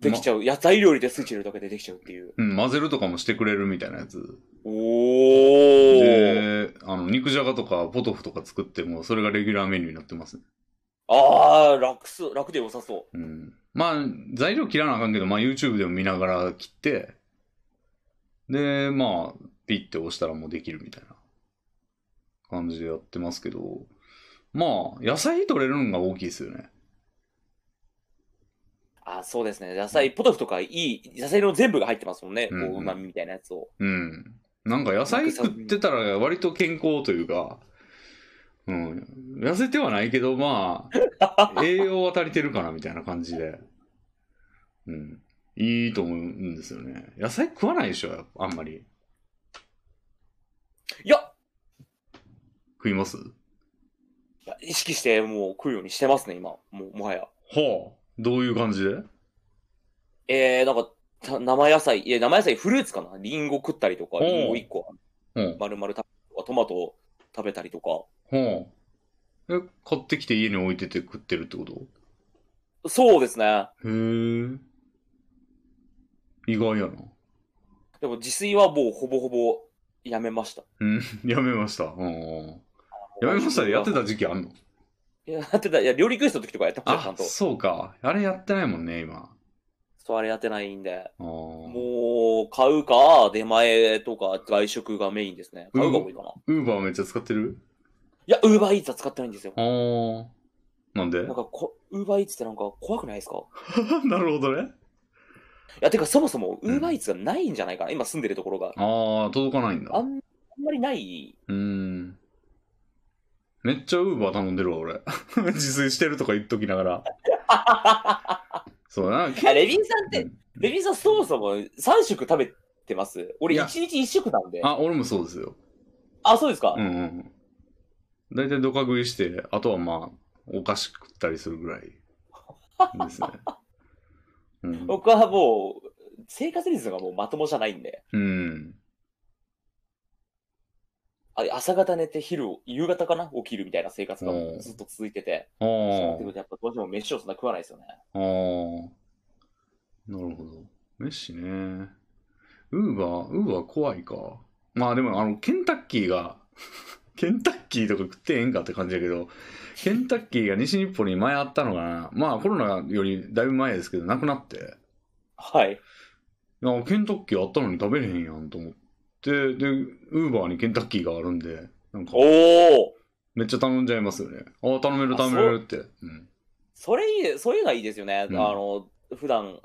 S2: できちゃう。野菜料理でスイッチ入れるだけでできちゃうっていう。
S1: うん、混ぜるとかもしてくれるみたいなやつ。
S2: おー。
S1: で、あの、肉じゃがとかポトフとか作っても、それがレギュラーメニューになってますね。
S2: あー、楽そう、楽で良さそう。
S1: うん。まあ、材料切らなあかんけど、まあ、YouTube でも見ながら切って、で、まあ、ピッて押したらもうできるみたいな感じでやってますけど、まあ、野菜取れるのが大きいですよね。
S2: あ、そうですね。野菜、ポトフとかいい、野菜の全部が入ってますもんね。こ
S1: う
S2: うん
S1: うん
S2: うまみみたいなやつを。
S1: うん。なんか野菜食ってたら割と健康というか、うん。痩せてはないけど、ま
S2: (laughs)
S1: あ、栄養は足りてるかなみたいな感じで。うん。いいと思うんですよね。野菜食わないでしょ、やっぱあんまり。
S2: いや、
S1: 食います
S2: いや意識してもう食うようにしてますね、今。もう、もはや。
S1: ほう。どういう感じで
S2: えー、なんか、た生野菜、いや、生野菜、フルーツかなリンゴ食ったりとか、
S1: おう
S2: リンゴ1個
S1: ほう。
S2: 丸々食べたりとか、トマトを食べたりとか。
S1: ほう。え、買ってきて家に置いてて食ってるってこと
S2: そうですね。
S1: へえ。意外やな。
S2: でも自炊はもうほぼほぼやめました。
S1: うん、 (laughs) やめました。うん。やめましたね。やってた時期あんの
S2: いや、やってた。いや、料理教室の時とかやってましたよ、ちゃ
S1: あ
S2: ん、と。
S1: そうか。あれやってないもんね、今。
S2: そう、あれやってないんで。
S1: あー
S2: もう、買うか、出前とか、外食がメインですね。買うが多いかな。い
S1: ウーバーめっちゃ使ってる
S2: や、ウーバーイーツは使ってないんですよ
S1: あ。ーなんで
S2: なんかこ、ウーバーイーツってなんか怖くないですか
S1: (laughs) なるほどね。
S2: いや、てかそもそも、
S1: う
S2: ウ
S1: ん
S2: ーバーイーツがないんじゃないかな、今住んでるところが。
S1: ああ、届かないんだ。
S2: あ
S1: うん
S2: あんまりない。
S1: ーん。めっちゃウーバー頼んでるわ、俺。 (laughs) 自炊してるとか言っときながら。 (laughs) そうだな。
S2: いやレビンさんっ
S1: う
S2: て、
S1: ん
S2: レビンさんそもそも3食食べてます。俺
S1: いや
S2: 1日1食なんで。あ
S1: あ、俺もそうですよ。
S2: そうですか。
S1: うんうんうん。大体ドカ食いして、あとはまあ、お菓子食ったりするぐらいですね。うん、
S2: 僕はもう、生活リズムがもうまともじゃないんで。
S1: (laughs) うん。
S2: あ朝方寝て昼を、夕方かな起きるみたいな生活がもうずっと続いてて。
S1: あ
S2: そうな
S1: あ
S2: ってく。るとやっぱどうしても飯をそんな食わないですよね。
S1: ああ、なるほど。メッシね。ウーバー、ウーバー怖いか。まあでも、あの、ケンタッキーが、 (laughs) ケンタッキーとか食ってええんかって感じやけど、ケンタッキーが西日暮里に前あったのかな。まあコロナよりだいぶ前ですけど、なくなって。
S2: はい。
S1: いやケンタッキーあったのに食べれへんやんと思って、で、ウーバーにケンタッキーがあるんで、なんか、
S2: おお
S1: めっちゃ頼んじゃいますよね。ああ、頼める頼めるって。うん。
S2: それいい、そういうのはいいですよね。
S1: うん
S2: あの、普段、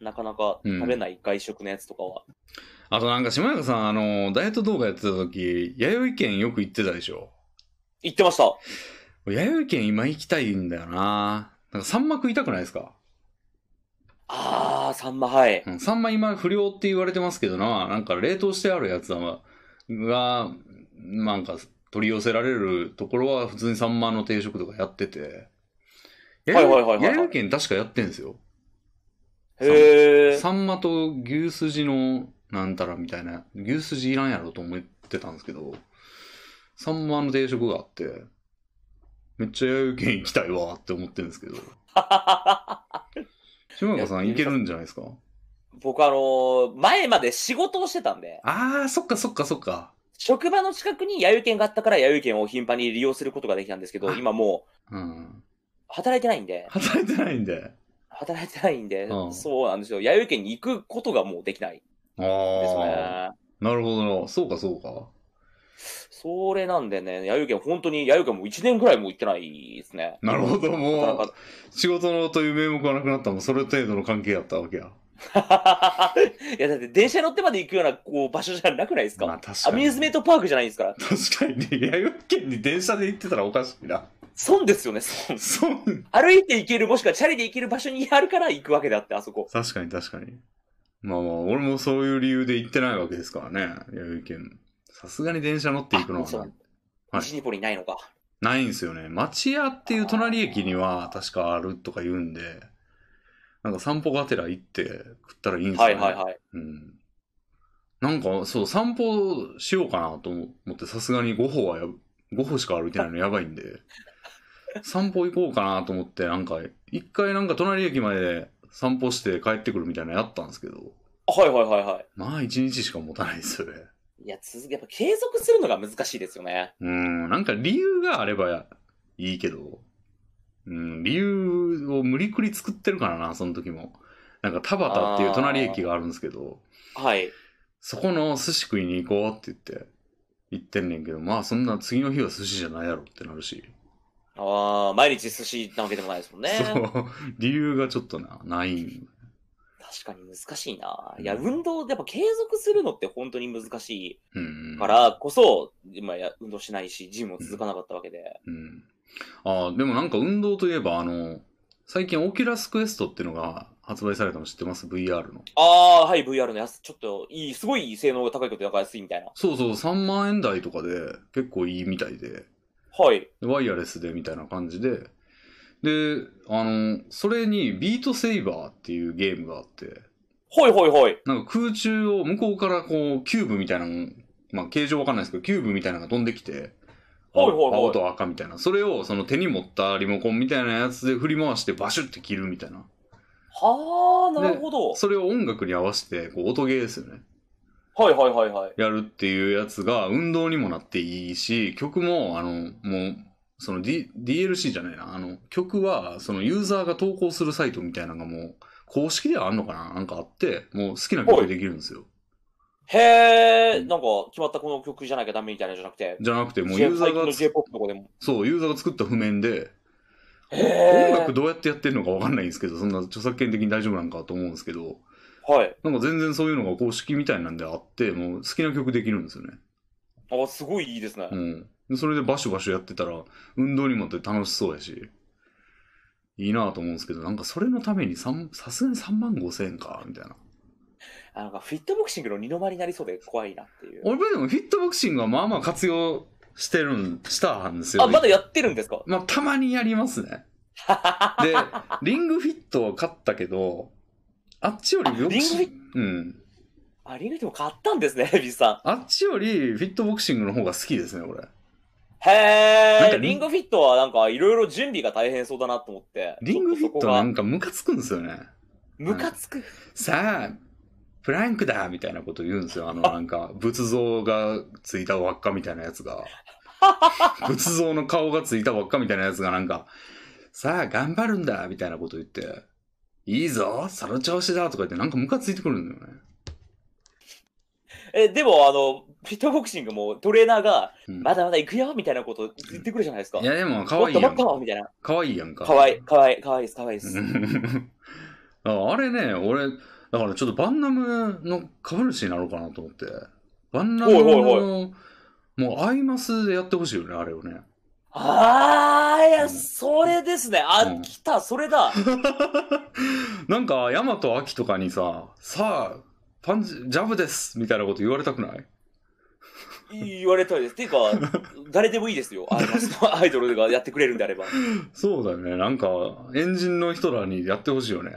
S2: なかなか
S1: うん
S2: 食べない外食のやつとかは。
S1: あとなんか、島中さん、あの、ダイエット動画やってた時、弥生県よく行ってたでしょ。
S2: 言ってました。
S1: 弥生県今行きたいんだよな。なんか、サンマ食いたくないですか
S2: あー、サンマ、はい。
S1: うんサンマ今不良って言われてますけどな、なんか冷凍してあるやつは、が、なんか取り寄せられるところは普通にサンマの定食とかやってて、
S2: はいはいはいはいはい
S1: 弥生県確かやってんですよ。
S2: へー。
S1: サンマと牛すじのなんたらみたいな、牛すじいらんやろと思ってたんですけど、サンマの定食があって、めっちゃ弥生県行きたいわって思ってるんですけ
S2: (laughs)
S1: ど、島中さん
S2: いや
S1: 行けるんじゃないですか
S2: 僕あのー前まで仕事をしてたんで、
S1: あー、そっかそっかそっか。
S2: 職場の近くに弥生券があったから弥生券を頻繁に利用することができたんですけど、
S1: あ
S2: 今もう
S1: うん。
S2: 働いてないんで、
S1: 働いてないんで。
S2: 働いてないんで
S1: う、ん
S2: そうなんですよ。弥生券に行くことがもうできない
S1: あ
S2: です
S1: あ、
S2: ね。
S1: なるほどな。そうか、そうか。
S2: それなんでね、弥生券本当に弥生券もう1年ぐらいもう行ってないですね。
S1: なるほど、
S2: なかな
S1: も
S2: か
S1: う、仕事のという名目がなくなったもん、それ程度の関係やったわけや。
S2: (laughs) いやだって電車に乗ってまで行くようなこう場所じゃなくないですか、
S1: まあ、確か
S2: アミ
S1: に。
S2: ューズメントパークじゃないですから。
S1: 確かにね、弥生県に電車で行ってたらおかしいな。
S2: 損ですよ
S1: (laughs)
S2: ね、損。
S1: そう。
S2: 歩いて行ける、もしくはチャリで行ける場所にあるから行くわけであって、あそこ。
S1: 確かに、確かに。まあまあ、俺もそういう理由で行ってないわけですからね、弥生県。さすがに電車乗って行くの
S2: あそう
S1: ははい
S2: 西日暮里ないのか。
S1: なないんですよね。町屋っていう隣駅には確かあるとか言うんで、なんか散歩がてら行って食ったらいいんですよ
S2: は
S1: ね。
S2: いはいはい。
S1: うん。なんか、そう、散歩しようかなと思って、さすがに5歩はや、5歩しか歩いてないのやばいんで、散歩行こうかなと思って、なんか、一回なんか隣駅まで散歩して帰ってくるみたいなのやったんですけど、
S2: はいはいはいは
S1: まあ一日しか持たないですよね。
S2: い。いや、続け、やっぱ継続するのが難しいですよね。
S1: うん、なんか理由があればいいけど、うん、理由を無理くり作ってるからな、その時も。なんか田端っていう隣駅があるんですけど、
S2: はい。
S1: そこの寿司食いに行こうって言って、行ってんねんけど、まあそんな次の日は寿司じゃないやろってなるし。
S2: ああ、毎日寿司なわけでもないですもんね。
S1: そう。 (laughs) 理由がちょっとな、ないん。
S2: 確かに難しいな。いや、
S1: うん
S2: 運動、やっぱ継続するのって本当に難し
S1: うん
S2: いか。らこそ、今や、運動しないし、ジムも続かなかったわけで。
S1: うん。ああ、でもなんか運動といえば、あの、最近オキュラスクエストっていうのが発売されたの知ってます ?VR の。
S2: ああ、はい、VR のやつ、ちょっと、いい、すごい性能が高いことだから安いみたいな。
S1: そうそう、3万円台とかで結構いいみたいで、
S2: はい。
S1: でワイヤレスでみたいな感じで、で、あの、それにビートセイバーっていうゲームがあって、
S2: はいはいはい。
S1: なんか空中を向こうからこう、キューブみたいなの、まあ形状わかんないですけど、キューブみたいなのが飛んできて、
S2: はいはいはい
S1: 青青と赤みたいな。それをその手に持ったリモコンみたいなやつで振り回してバシュって切るみたいな。
S2: はあ、なるほど。
S1: それを音楽に合わせて、こう、音ゲーですよね。
S2: はいはいはいはい。
S1: やるっていうやつが、運動にもなっていいし、曲も、あの、もう、その、D、DLC じゃないな。あの、曲は、そのユーザーが投稿するサイトみたいなのがもう、公式ではあんのかななんかあって、もう好きな曲できるんですよ。
S2: へえ、
S1: うん
S2: なんか、決まったこの曲じゃなきゃダメみたいなのじゃなくて、
S1: じゃなくて、もうユ
S2: J-
S1: ーザー
S2: 最近
S1: が
S2: の
S1: つ、
S2: J-POP とかでも。
S1: そう、ユーザーが作った譜面で、
S2: へ
S1: 音
S2: え
S1: 楽。どうやってやってるのかわかんないんですけど、そんな著作権的に大丈夫なんかと思うんですけど、
S2: はい。
S1: なんか全然そういうのが公式みたいなんであって、もう好きな曲できるんですよね。
S2: あ、すごいいいですね。
S1: うん。でそれでバシュバシュやってたら、運動にもって楽しそうやし、いいなぁと思うんですけど、なんかそれのために三さすがに3万5千円か、みたいな。
S2: あなんか、フィットボクシングの二の間になりそうで怖いなっていう。
S1: 俺でもフィットボクシングはまあまあ活用してるん、したんですよ。
S2: あ、まだやってるんですか
S1: まあ、たまにやりますね。で、リングフィットを買ったけど、あっちよりよく
S2: リングフィッ
S1: うん。
S2: あ、リングでも買ったんですね、ビスさ
S1: あっちよりフィットボクシングの方が好きですね、俺。
S2: ん。へ
S1: なんかリ
S2: え。
S1: ン
S2: リングフィットはなんか、いろいろ準備が大変そうだなと思って。
S1: リングフィット
S2: ちょっとそこ
S1: な
S2: が
S1: んかムカつくんですよね。
S2: ムカつく。
S1: さあ、プランクだみたいなこと言うんですよ。あの、なんか、仏像がついた輪っかみたいなやつ
S2: (laughs)
S1: が。仏像の顔がついた輪っかみたいなやつがなんか、さあ、頑張るんだみたいなこと言って、いいぞその調子だとか言って、なんかムカついてくるんだよね。
S2: え、でも、あの、フィットボクシングもトレーナーが、
S1: うん
S2: まだまだ行くよみたいなこと言ってくるじゃないですか。
S1: いや、でも、可
S2: もっ
S1: 愛い
S2: と
S1: やん
S2: もっと
S1: か。
S2: みたいな。
S1: 可愛いやんか。
S2: かわいい、かわいい、かわいいです、かわいいです。
S1: うん (laughs) ああれね、俺、だからちょっとバンナムの株主になろうかなと思って。バンナムの、
S2: おいおい
S1: もうアイマスでやってほしいよね、あれをね。
S2: あー、い
S1: うん
S2: や、それですね。あ、
S1: うん
S2: 来た、それだ。
S1: なんか、ヤマトアキとかにさ、さあ、パンチ、ジャブですみたいなこと言われたくない
S2: 言われたいです。っていうか、誰でもいいですよ。あの、 (laughs) アイドルがやってくれるんであれば。
S1: そうだよね。なんか、エンジンの人らにやってほしいよね。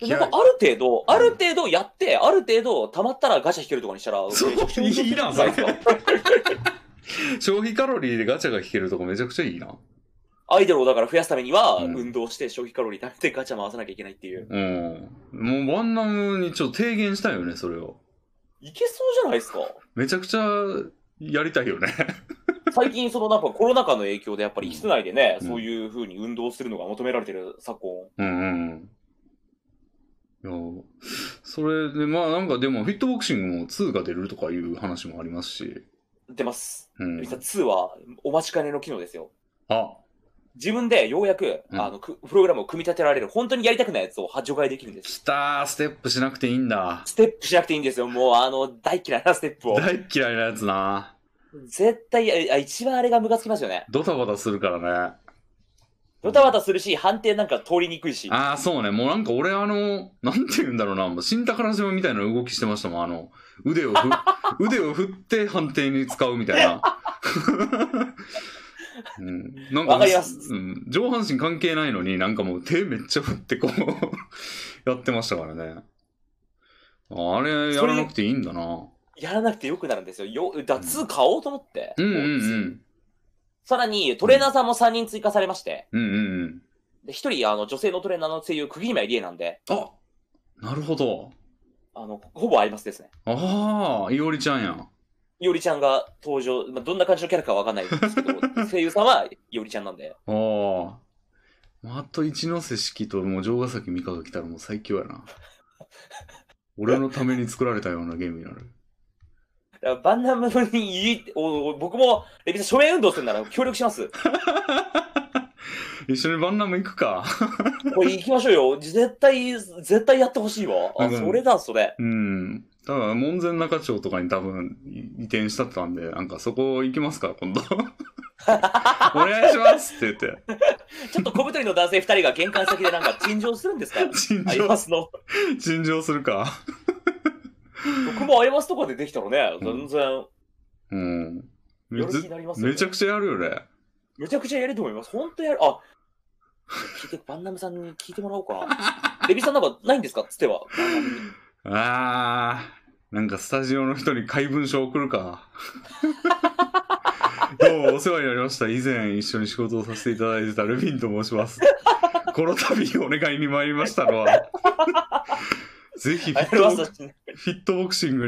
S1: い
S2: な
S1: や
S2: んか、ある程度、ある程度やって、ある程度、溜まったらガチャ引けるとかにしたら、
S1: そう
S2: めちゃくちゃ
S1: いいな
S2: 面白くないですか
S1: 消費カロリーでガチャが引けるとこめちゃくちゃいいな。
S2: (laughs) アイドルをだから増やすためには、
S1: うん
S2: 運動して消費カロリー貯めてガチャ回さなきゃいけないっていう。
S1: うん。もうバンナムにちょっと提言したいよね、それを。
S2: いけそうじゃないですか。
S1: めちゃくちゃやりたいよね。
S2: 最近、そのなんかコロナ禍の影響で、やっぱり室内でね、
S1: うん
S2: そういう風に運動するのが求められてる昨今。
S1: (laughs) うんうんうん。いや、それで、まあなんかでも、フィットボクシングも2が出るとかいう話もありますし。
S2: 出ます。
S1: うん
S2: 実。は2はお待ちかねの機能ですよ。
S1: あ、
S2: 自分でようやく、
S1: うん
S2: あのくプログラムを組み立てられる、本当にやりたくないやつを除外できるんです。
S1: 来たーステップしなくていいんだ。
S2: ステップしなくていいんですよ。もうあの、大嫌いなステップを。
S1: 大っ嫌いなやつな。
S2: 絶対、ああ一番あれがムカつきますよね。
S1: ドタバタするからね。
S2: ドタバタするし、判定なんか通りにくいし。あ
S1: ああ、そうね。もうなんか俺あの、なんて言うんだろうな。もう新宝島みたいな動きしてましたもん。あの、腕をふ、
S2: (laughs)
S1: 腕を振って判定に使うみたいな。 (laughs) うん、なんか
S2: わかります
S1: うん、上半身関係ないのになんかもう手めっちゃ振ってこう (laughs) やってましたからねああれやらなくていいんだな
S2: やらなくてよくなるんですよ。よだ2買おうと思って。
S1: うんうんう
S2: も
S1: ん
S2: さらに、トレーナーさんも3人追加されまして、
S1: うんうんうん
S2: で1人、あの、女性のトレーナーの声優、釘宮理恵なんで、
S1: あなるほど
S2: あの、ほぼ合いますですね。
S1: ああいおりちゃんやん
S2: いおりちゃんが登場、まあ、どんな感じのキャラかわかんないです
S1: (laughs)
S2: けど、声優さんはいおりちゃんなんで。
S1: ああ。あと一ノ瀬式ともう城ヶ崎美香が来たらもう最強やな。俺のために作られたようなゲームになる。
S2: だからバンナムにいいお僕も、レビさん、署名運動するなら協力します。
S1: 一緒にバンナム行くか。
S2: これ行きましょうよ。絶対、絶対やってほしいわ。
S1: う
S2: あ、
S1: ん
S2: それだ、それ。
S1: うん。ただ、門前仲町とかに多分移転したってたんで、なんかそこ行きますから、
S2: (laughs)
S1: 今度。お願いしますって言って。
S2: ちょっと小太りの男性二人が玄関先でなんか陳情するん
S1: (laughs)
S2: ですか
S1: 陳
S2: アイ
S1: 情
S2: マ、スの。
S1: 陳情するか。
S2: 僕もアイマスとかでできたのね、
S1: うん
S2: 全然、
S1: うん。め
S2: やる気
S1: ず
S2: になりますよ、ね。
S1: めちゃくちゃやるよね。
S2: めちゃくちゃやると思います。本当やる。あ、聞いて、バンナムさんに聞いてもらおう
S1: (laughs)
S2: かな。レビさんなんかないんですかつっては。バンナムに
S1: あー、なんかスタジオの人に怪文書送るか。 (laughs) どうもお世話になりました。以前一緒に仕事をさせていただいてたルビンと申し
S2: (laughs)
S1: ます。この度お願いに参りましたのは、ぜひフ
S2: あ
S1: ィ
S2: や
S1: ット
S2: る
S1: ボ
S2: 技
S1: ク
S2: しない
S1: フィットボクシング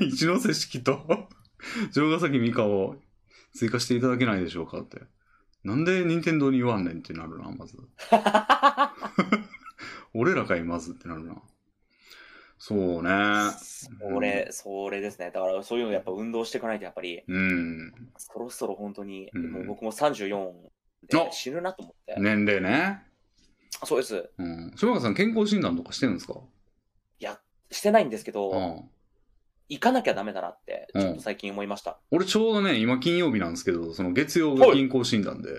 S1: に (laughs) 一ノ瀬式と城ヶ崎美香を追加していただけないでしょうかって。なんで任天堂に言わんねんってなるな、まず。 (laughs) 俺らかい、まずってなるな。そうね。
S2: (laughs) それ、それですね。だからそういうのやっぱ運動していかないとやっぱり、
S1: うん。
S2: そろそろ本当に、
S1: うん
S2: もう僕も34で
S1: あ
S2: 死ぬなと思って。
S1: 年齢ね。
S2: そうです。
S1: うん。島川さん、健康診断とかしてるんですか
S2: してないんですけど、
S1: うん。
S2: 行かなきゃダメだなって、
S1: うん
S2: ちょっと最近思いました。
S1: 俺ちょうどね、今金曜日なんですけど、その月曜が健康診断で。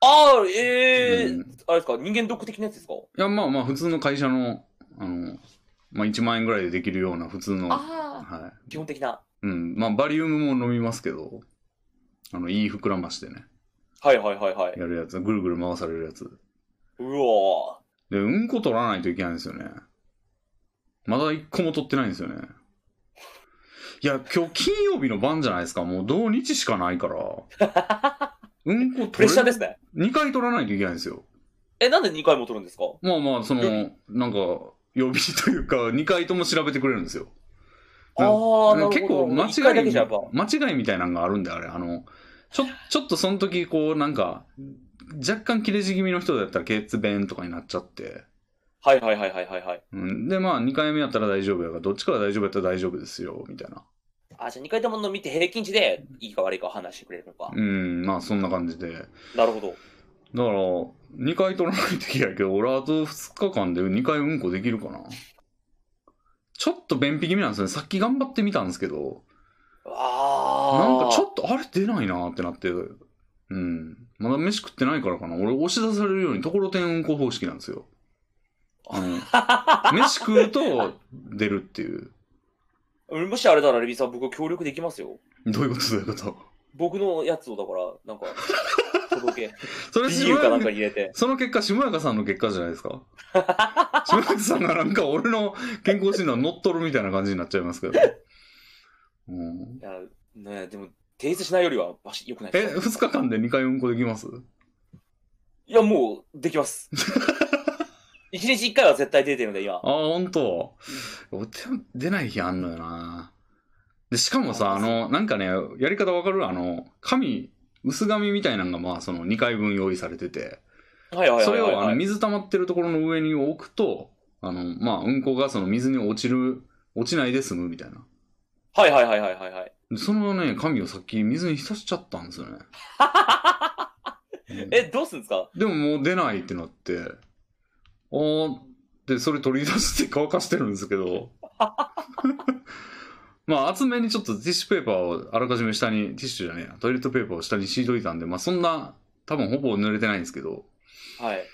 S2: ああ、ええ
S1: うん
S2: あれですか、人間ドック的なやつですか
S1: いや、まあまあ、普通の会社の、あの、まあ1万円ぐらいでできるような普通の、は
S2: ああ、
S1: い。
S2: 基本的な。
S1: うん、まあ、バリウムも飲みますけど、あの、いい膨らましてね、
S2: はいはいはいはい。
S1: やるやつ、ぐるぐる回されるやつ。
S2: うわ
S1: で、うんこ取らないといけないんですよね。まだ一個も取ってないんですよね。いや、今日金曜日の晩じゃないですか、もう同日しかないから。
S2: (laughs)
S1: うんこ
S2: ープ
S1: 取
S2: レッシャー
S1: れ、
S2: ですね。
S1: 2回取らないといけないんですよ。
S2: え、なんで2回も取るんですか
S1: まあまあ、その
S2: え、
S1: なんか、予備というか、2回とも調べてくれるんですよ。
S2: ああー、なるほど。
S1: 結構間
S2: 一回だ
S1: 違い
S2: け
S1: み
S2: じゃやっぱ。
S1: 間違いみたいなのがあるんであれあのちょちょっとその時こうなんか若干切れ字気味の人だったら血便とかになっちゃって、
S2: はいはいはいはいはいはい。
S1: うん、でまあ2回目やったら大丈夫やからどっちから大丈夫やったら大丈夫ですよみたいな
S2: あ、じゃあ2回ともの見て平均値でいいか悪いか判断してくれるのか。
S1: うんまあそんな感じでだか
S2: なるほど。
S1: ら2回取らないといけないけど俺あと2日間で2回うんこできるかなちょっと便秘気味なんですよねさっき頑張ってみたんですけど
S2: ああ。
S1: なんかちょ
S2: と。
S1: っとあれ出ないなってなって、うん。まだ飯食ってないからかな。俺押し出されるようにところてんうんこ方式なんですよ。あの、
S2: (laughs)
S1: 飯食うと出るっていう。
S2: もしあれだらレビさん、僕協力できますよ。
S1: どういうことどういうこと
S2: 僕のやつをだから、なん
S1: (laughs)
S2: か、届け、
S1: それ
S2: ビ
S1: 下
S2: ールかなんか
S1: 山
S2: に入れて。
S1: その結果、下中さんの結果じゃないです
S2: (laughs)
S1: か。下中さんがなんか俺の健康診断乗っ取るみたいな感じになっちゃいますけど。うん、
S2: いや、ねでも、提出しないよりは、まし、良くないで
S1: え、
S2: すか
S1: 2日間で2回うんこできます
S2: いや、もう、できます。
S1: (laughs)
S2: 一日一回は絶対出てるんで、今。
S1: ああ、ほんと。お手出ない日あんのよな。で、しかもさ、
S2: あ
S1: あの、なんかね、やり方わかるあの、紙、薄紙みたいなのが、まあ、その2回分用意されてて、
S2: はいはい
S1: そ
S2: は
S1: れ
S2: いはい
S1: をあ
S2: は
S1: の
S2: い。
S1: 水溜まってるところの上に置くと、あの、まあ、うんこがその水に落ちる、落ちないで済むみたいな。
S2: はいはいはいはいはいはい。
S1: でそのね、紙をさっき水に浸しちゃったんですよ
S2: (laughs)
S1: ね。うん
S2: え、どうすんですか
S1: でももう出ないってなって、あーってそれ取り出して乾かしてるんですけど、 (laughs) まあ厚めにちょっとティッシュペーパーをあらかじめ下に、ティッシュじゃねえな、トイレットペーパーを下に敷いといたんで、まあそんな、多分ほぼ濡れてないんですけど、
S2: はい。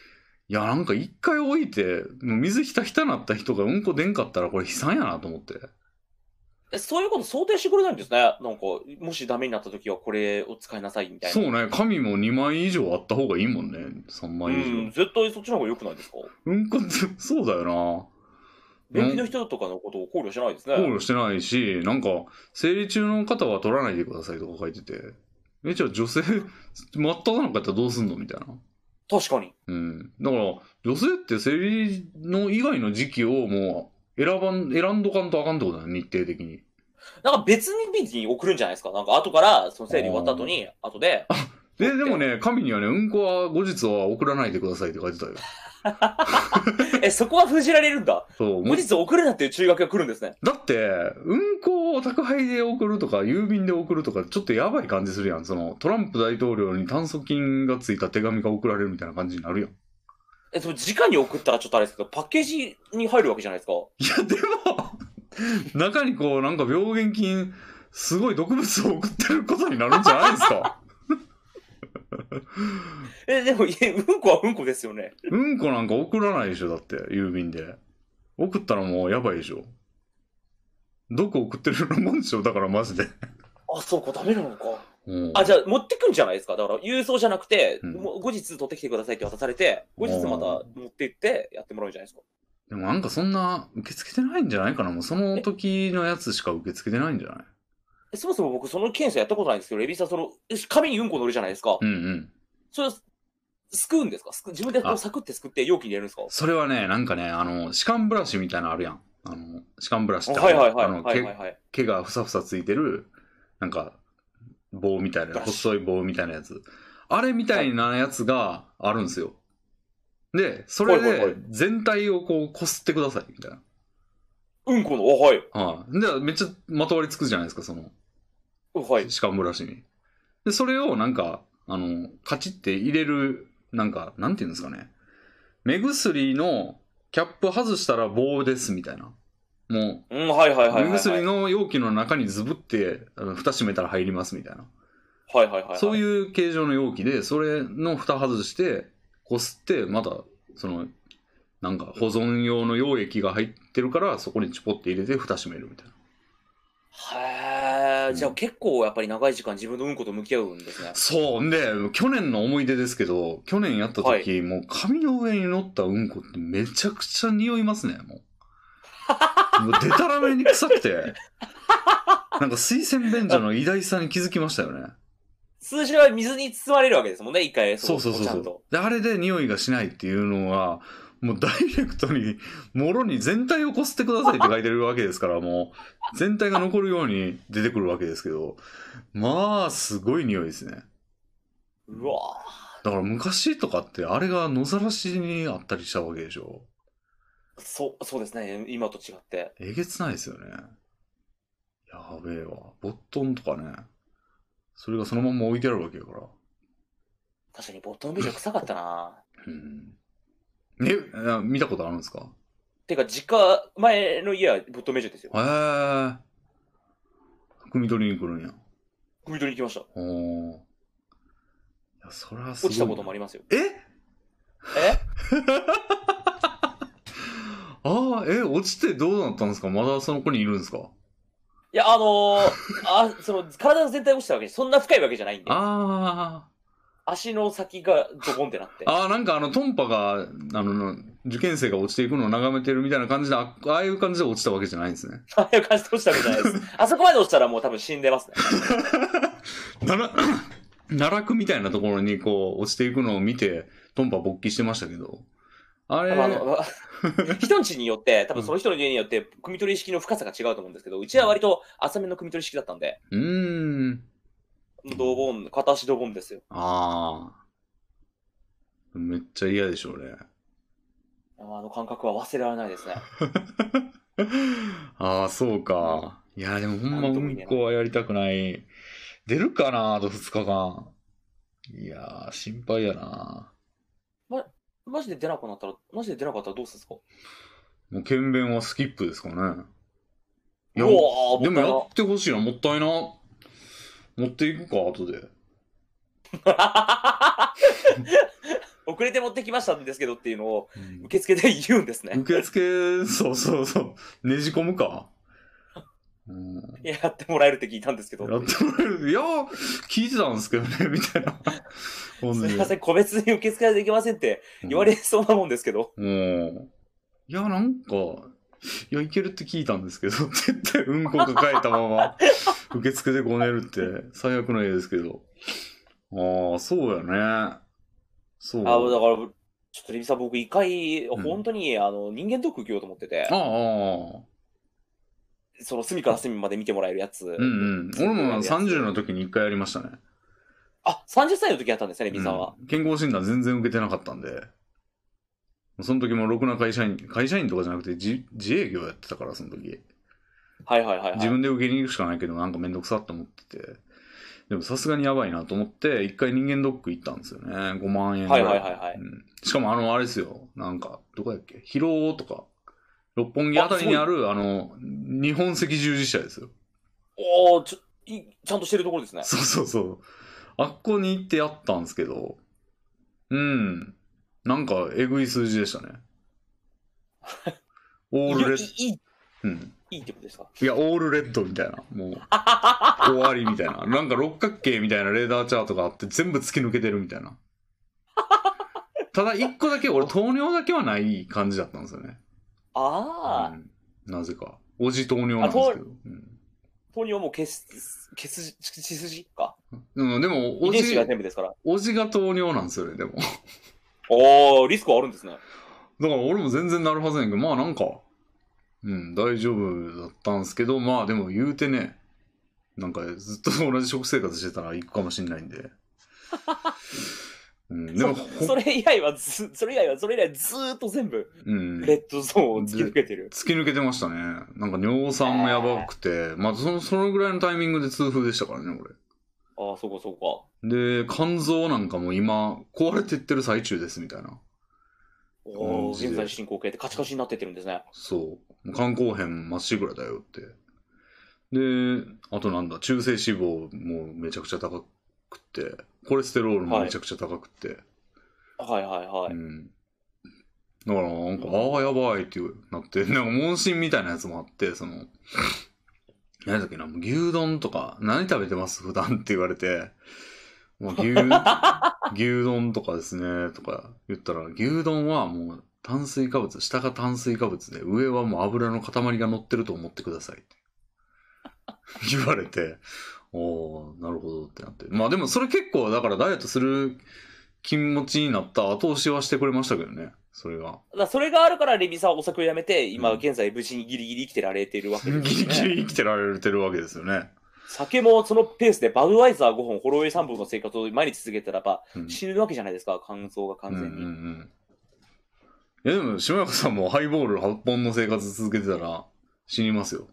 S1: いやなんか一回置いて、もう水ひたひたなった人がうんこ出んかったらこれ悲惨やなと思って。
S2: え、そういうこと想定してくれないんですね。なんか、もしダメになった時はこれを使いなさいみたいな。
S1: そうね、紙も2枚以上あった方がいいもんね、3枚以
S2: うん、絶対そっちの方が良くないですか
S1: 上。うんこって、そうだよな。
S2: 便秘の人とかのことを考慮しないですね。
S1: 考慮してないし、なんか、生理中の方は取らないでくださいとか書いてて、え、じゃあ女性、 (laughs) 真っ只中やったらどうすんのみたいな。
S2: 確かに。
S1: うん。だから、女性って生理の以外の時期をもう、選ばん、選んどかんとあかんってことだね、日程的に。
S2: なんか別に便秘に送るんじゃないですかなんか後から、その整理終わった後に、後で、
S1: で、でもね、神にはね、うんこは後日は送らないでくださいって書いてたよ。
S2: え、そこは封じられるんだ。
S1: そう。も
S2: 後
S1: う
S2: 日送るなっていう注意書きが来るんですね。
S1: だって、うんこを宅配で送るとか、郵便で送るとか、ちょっとやばい感じするやん。その、トランプ大統領に炭疽菌がついた手紙が送られるみたいな感じになるやん。
S2: え、その直に送ったらちょっとあれですけど、パッケージに入るわけじゃないですか。
S1: いや、でも、中にこう、なんか病原菌、すごい毒物を送ってることになるんじゃないです
S2: (laughs)
S1: か。
S2: え、でも、いえうんこはうんこですよね。
S1: うんこなんか送らないでしょ、だって、郵便で。送ったらもうやばいでしょ。毒送ってるようなもんでしょ、だからマジで。
S2: あ、そうか、ダメなのか。
S1: うん
S2: あ、じゃあ、持ってくんじゃないですか。だから、郵送じゃなくて、
S1: うん
S2: もう後日取ってきてくださいって渡されて、後日また持って行ってやってもらうんじゃないですか。
S1: でもなんかそんな受け付けてないんじゃないかなもうその時のやつしか受け付けてないんじゃない
S2: えそもそも僕、その検査やったことないんですけど、レビーさん、その、紙にうんこ乗るじゃないですか。
S1: うんうん。
S2: それ、すくうんですかすく自分でこ
S1: あ
S2: うサクってすくって容器に入れるんですか
S1: それはね、なんかね、あの、歯間ブラシみたいなのあるやん。あの、歯間ブラシって
S2: あはいはいはい。
S1: あの、
S2: はいはい
S1: 毛
S2: はい。
S1: 毛がふさふさついてる、なんか、棒みたい
S2: ブ
S1: な、
S2: ラシ
S1: 細い棒みたいなやつ。あれみたいなやつがあるんですよ。で、それ
S2: はいはいは
S1: で
S2: い
S1: 全体をこう、こすってください、みたいな。
S2: うんこの、おはい。
S1: はい。で、めっちゃまとわりつくじゃないですか、その、
S2: おはい。
S1: 歯間ブラシに。で、それをなんか、あの、カチって入れる、なんか、なんていうんですかね。目薬のキャップ外したら棒ですみたいな。も、
S2: うん、はいはいうはいはい。
S1: 目薬。の容器の中にズブって、あの蓋閉めたら入りますみたいな。
S2: はいはいはい。
S1: そう
S2: う。
S1: いう形状の容器で、それの蓋外して、こすって、また、その、なんか保存用の溶液が入ってるから、そこにチュポって入れて蓋閉めるみたいな。
S2: へえ、じゃあ結構やっぱり長い時間自分のうんこと向き合うんですね。
S1: そう。んで、去年の思い出ですけど、去年やった時、
S2: は
S1: もう髪の上に乗ったうんこってめちゃくちゃ匂いますね、もう。もうでたらめに臭くて。なんか水洗便所の偉大さに気づきましたよね。
S2: 通常は水に包まれるわけですもんね、一回。
S1: そうそうそう
S2: ちゃ
S1: そ
S2: んと
S1: う。。で、あれで匂いがしないっていうのは、もうダ (laughs) イレクトに、もろに全体をこすってくださいって書いてるわけですから、もう、全体が残るように出てくるわけですけど、まあ、すごい匂いですね。
S2: うわぁ
S1: だから昔とかってあれが野ざらしにあったりしたわけでしょ
S2: そう、そうですね、今と違って。
S1: えげつないですよねやべえわボットンとかねそれがそのまま置いてあるわけやから
S2: 確かにボットのビジョン臭かったな (laughs)
S1: うんねあ見たことあるんですか
S2: てか、実家、前の家はボットメジョンですよ。
S1: へえー、汲み取りに来るんや
S2: 汲み取りに行きました。
S1: おーいやそりゃすごい
S2: 落ちたこともありますよ。
S1: え
S2: え
S1: (laughs) ああえ落ちてどうなったんですかまだその子にいるんですか
S2: いや、あ
S1: (laughs)
S2: のー、あ、その、体の全体が落ちたわけで、そんな深いわけじゃないんで、
S1: ああ
S2: 足の先がドボンってなって。
S1: ああ、なんかあの、トンパが、あの、受験生が落ちていくのを眺めてるみたいな感じで、あああいう感じで落ちたわけじゃないんですね。
S2: (laughs) ああいう感じで落ちたわけじゃな
S1: (laughs)
S2: いです。あそこまで落ちたらもう多分死んでますね。
S1: 奈良、 (coughs) 奈落みたいなところにこう、落ちていくのを見て、トンパ勃起してましたけど、あれ、
S2: 多分あの、 (laughs) 人んちによって、多分その人の家によって、汲み取り式の深さが違うと思うんですけど、うちは割と浅めの汲み取り式だったんで、
S1: うーん、
S2: ドボン、片足ドボンですよ。
S1: ああ、めっちゃ嫌でしょうね。
S2: あの感覚は忘れられないですね。
S1: (laughs) ああ、そうか。いや、でもほんま、
S2: なん
S1: う
S2: とも言え
S1: ん
S2: ない
S1: こはやりたくない。出るかな、あと2日間。いやー、心配やな。
S2: マジで出なくなったら、マジで出なかったらどうするんですか
S1: もう、剣弁はスキップですかね。いや
S2: うわー
S1: でもや
S2: もっ
S1: ってほしいな、もったいな。持っていくか、後で。 (laughs)
S2: たいな遅れて持ってきましたんですけどっていうのを受付で言うんですね。
S1: 受付、そうそうそう、ねじ込むか。うん、
S2: いややってもらえるって聞いたんですけど。
S1: やってもらえる。いや、聞いてたんですけどね、みたいな。ほ
S2: (laughs) す
S1: で
S2: みません、個別に受付はできませんって言われそうなもんですけど。
S1: うん。いや、なんか、いや、いけるって聞いたんですけど、 (laughs) って言って、うんこ抱えたまま、受付でごねるって、最悪の絵ですけど。ああ、そうやね。そう。
S2: あだから、ちょっとレビさん、僕一回、
S1: ん
S2: 本当に、あの、人間ドック受けようと思ってて
S1: あ、あああ。
S2: その隅から隅まで見てもらえるやつ。
S1: うんうん。俺も30の時に一回やりましたね。
S2: あ、30歳の時やったんですね、レミさんは。
S1: うん健康診断全然受けてなかったんで、その時もろくな会社員、会社員とかじゃなくて自自営業やってたから、その時。
S2: はいはいはい、はい。
S1: 自分で受けに行くしかないけど、なんかめんどくさって思ってて。でもさすがにやばいなと思って、一回人間ドック行ったんですよね。5万円ぐ
S2: は
S1: ら
S2: い
S1: い。
S2: はいはいはい。
S1: うんしかもあの、あれですよ。なんか、どこだっけ広尾とか、六本木あたりにある、あの、日本赤十字社ですよ。
S2: おーちょい、ちゃんとしてるところですね。
S1: そうそうそう。あっこに行ってやったんですけど、うん。なんか、えぐい数字で
S2: (laughs)
S1: したね。オールレ
S2: い
S1: ッ
S2: いいい、
S1: ド、うん。
S2: いいってことですか
S1: いや、オールレッドみたいな。もう、終わりみたい
S2: (laughs)
S1: な。なんか六角形みたいなレーダーチャートがあって、全部突き抜けてるみたい
S2: (laughs)
S1: な。ただ、一個だけ、俺、糖尿だけはない感じだったんですよね。
S2: ああ、
S1: うんなぜか。おじ糖尿なんですけど。うん
S2: 糖尿も血、血筋、血筋か。
S1: うん、でも、
S2: 遺
S1: お
S2: 伝子
S1: じ
S2: が、全部ですから。
S1: おじが糖尿なんですよね、でも。
S2: おー、リスクはあるんですね。
S1: だから俺も全然なるはずやねんけど、まあなんか、うん、大丈夫だったんですけど、まあでも言うてね、なんかずっと (laughs) 同じ食生活してたら行くかもしんないんで。うん、でも、
S2: そそ
S1: ほ
S2: れ以外はず、それ以外は、それ以外ずーっと全部、
S1: うん、
S2: レッドゾーンを突き抜けてる。
S1: 突き抜けてましたね。なんか尿酸もやばくて、まあその、そのぐらいのタイミングで痛風でしたからね、
S2: ああ、そうかそうか。
S1: 俺。で、肝臓なんかも今、壊れてってる最中です、みたいな。
S2: おー、
S1: 感じで
S2: 現在進行形でカチカチになってってるんですね。
S1: そう。肝硬変まっしぐらだよって。で、あとなんだ、中性脂肪もめちゃくちゃ高くて、コレステロールもめちゃくちゃ高くて、
S2: はいはいはい。
S1: うん。だからなんか、ああ、やばいっていうなって、なんか問診みたいなやつもあって、その、何だっけな、もう牛丼とか、何食べてます普段って言われて、もう
S2: (laughs)
S1: 牛、牛丼とかですね、とか言ったら、牛丼はもう炭水化物、下が炭水化物で、上はもう油の塊が乗ってると思ってくださいって (laughs) 言われて、おー、なるほどってなって。まあでもそれ結構、だからダイエットする気持ちになった後押しはしてくれましたけどね、それが。
S2: だからそれがあるから、レミさんはお酒をやめて、今
S1: うん
S2: 現在無事にギリギリ生きてられてるわ
S1: (laughs)
S2: け
S1: ギ
S2: です、ね。
S1: リギリ生きてられてるわけですよね。
S2: 酒もそのペースでバドワイザー5本、ホロウェイ3本の生活を毎日続けたらば、
S1: うん
S2: 死ぬわけじゃないですか、肝臓が完全に。
S1: うんうんうんいやでも、島中さんもハイボール8本の生活続けてたら死にますよ。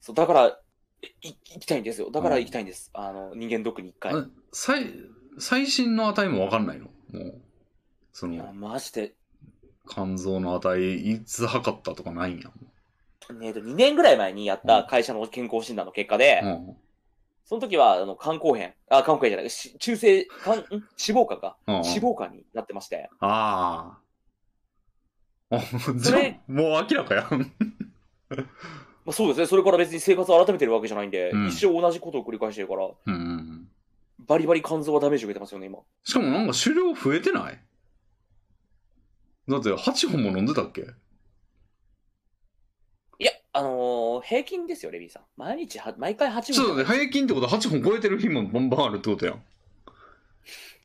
S2: そうだから、えい行きたいんですよ。だから
S1: うん
S2: 行きたいんです。あの、人間ドックに一回。
S1: あ最最新の値も分かんないのもう。そ
S2: いや、
S1: の、
S2: マジで、
S1: 肝臓の値、いつ測ったとかないんや。
S2: ねえと、2年ぐらい前にやった会社の健康診断の結果で、
S1: うん。
S2: その時は、あの、肝硬変、あ、肝硬変じゃない、し中性、肝、ん脂肪肝か。
S1: うん、
S2: 脂肪肝になってまして。
S1: ああ。あ、じ
S2: そ
S1: ゃ
S2: れ
S1: あもう明らかやん。
S2: まあ、そうですね。それから別に生活を改めてるわけじゃないんで、
S1: うん
S2: 一生同じことを繰り返してるから、
S1: うんうんうん。
S2: バリバリ肝臓はダメージを受けてますよね、今。
S1: しかもなんか酒量増えてないだって8本も飲んでたっけ
S2: いや、あのー平均ですよ、レビーさん。毎日は、毎回8分。
S1: ちょっとね、平均ってことは8本超えてる日もバンバンあるってことやん。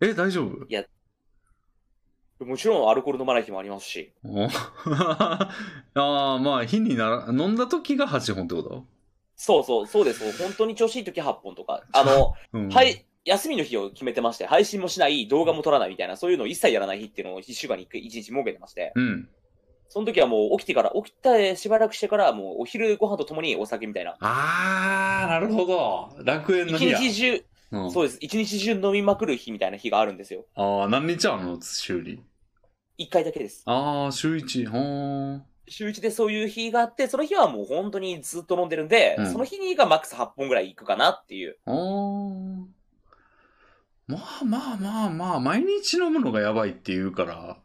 S1: え、大丈夫
S2: もちろんアルコール飲まない日もありますし。
S1: おあ (laughs) あ、まあ、日になら、飲んだ時が8本ってこと
S2: そうそう、そうです。本当に調子いい時8本とか。あの、
S1: うん。
S2: は。い、休みの日を決めてまして、配信もしない、動画も撮らないみたいな、そういうのを一切やらない日っていうのを1週間に1回、1日設けてまして、
S1: うん。
S2: その時はもう起きてから、起きたしばらくしてから、もうお昼ご飯とともにお酒みたいな。
S1: ああ、なるほど。楽園
S2: 一
S1: の日や。
S2: 日中、
S1: うん、
S2: そうです。一日中飲みまくる日みたいな日があるんですよ。
S1: ああ、何日あるの修理。
S2: 一回だけです。
S1: ああ、週1。ほー。
S2: 週一でそういう日があって、その日はもう本当にずっと飲んでるんで、
S1: うん
S2: その日にがマックス8本ぐらいいくかなっていう。
S1: あーまあまあまあまあ、毎日飲むのがやばいって言うから、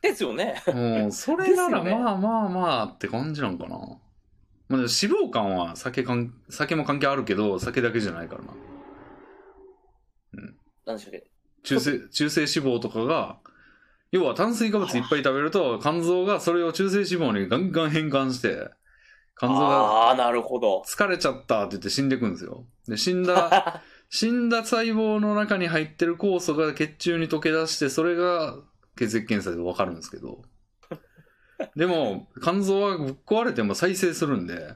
S2: ですよね。 (laughs)
S1: もうそれなら
S2: ですよね
S1: まあまあまあって感じなんかな。まあ、脂肪肝は酒かん酒も関係あるけど、酒だけじゃないからな。
S2: なんでしょうけど。
S1: 中性中性脂肪とかが、要は炭水化物いっぱい食べると、肝臓がそれを中性脂肪にガンガン変換して、肝臓が
S2: ああー、なるほど。
S1: 疲れちゃったって言って死んでくんですよ。で、死んだ、
S2: (laughs)
S1: 死んだ細胞の中に入ってる酵素が血中に溶け出して、それが血液検査でわかるんですけど。でも、肝臓はぶっ壊れても再生するんで、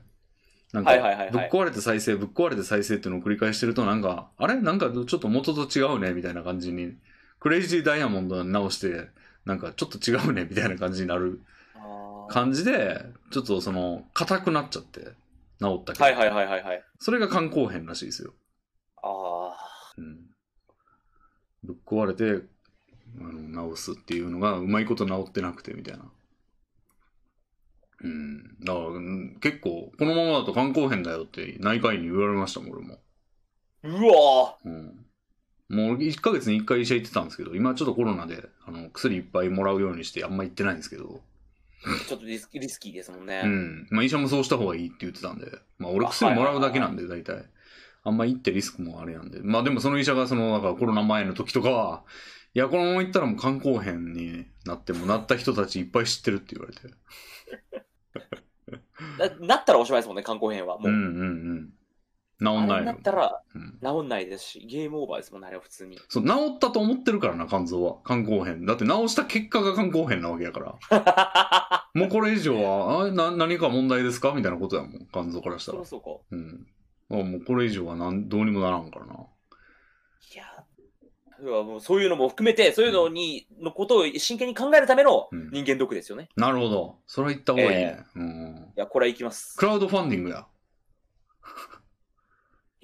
S1: なん
S2: はいはい
S1: か
S2: はいはい
S1: ぶっ壊れて再生ぶっ壊れて再生っていうのを繰り返してるとなんかあれなんかちょっと元と違うねみたいな感じにクレイジーダイヤモンド直してなんかちょっと違うねみたいな感じになる
S2: あー
S1: 感じでちょっとその硬くなっちゃって治ったけど、
S2: はいはいはいはいはい。
S1: それが肝硬変らしいですよ、
S2: あ
S1: うん、ぶっ壊れてあの直すっていうのがうまいこと治ってなくてみたいなうんだからうん結構このままだと肝硬変だよって内科医に言われましたもん俺も
S2: あ。うわ
S1: うんもう1ヶ月に1回医者行ってたんですけど今ちょっとコロナであの薬いっぱいもらうようにしてあんま行ってないんですけど、
S2: ーちょっとリスリスキーですもんね。
S1: うん。まあ医者もそうした方がいいって言ってたんで、まあ俺薬もらうだけなんで、大体。あんま行ってリスクもあれなんで。まあでもその医者がその、なんかコロナ前の時とかは、いや、このまま行ったらもう肝硬変になっても、なった人たちいっぱい知ってるって言われて。
S2: ななったらおしまいですもんね、観光編は。
S1: う
S2: もう。
S1: んうんうん。治ん
S2: あ
S1: ない
S2: れにな
S1: の
S2: っ。たら
S1: うん
S2: 治んないですし、ゲームオーバーですもんね、あれは普通に。
S1: そう、治ったと思ってるからな、肝臓は。肝硬変。だって治した結果が肝硬変なわけやから。
S2: (laughs)
S1: もうこれ以上は、あな何か問題ですかみたいなことやもん、肝臓からした
S2: そ
S1: ら
S2: ろ。そこ。
S1: うん。あもうこれ以上はなんどうにもならんからな。
S2: いやーうわもうそういうのも含めて、そういうのに、のことを真剣に考えるための
S1: うん
S2: 人間ドックですよね。
S1: なるほど。それは言った方がいいね。うん。
S2: いや、これはいきます。
S1: クラウドファンディングや。あ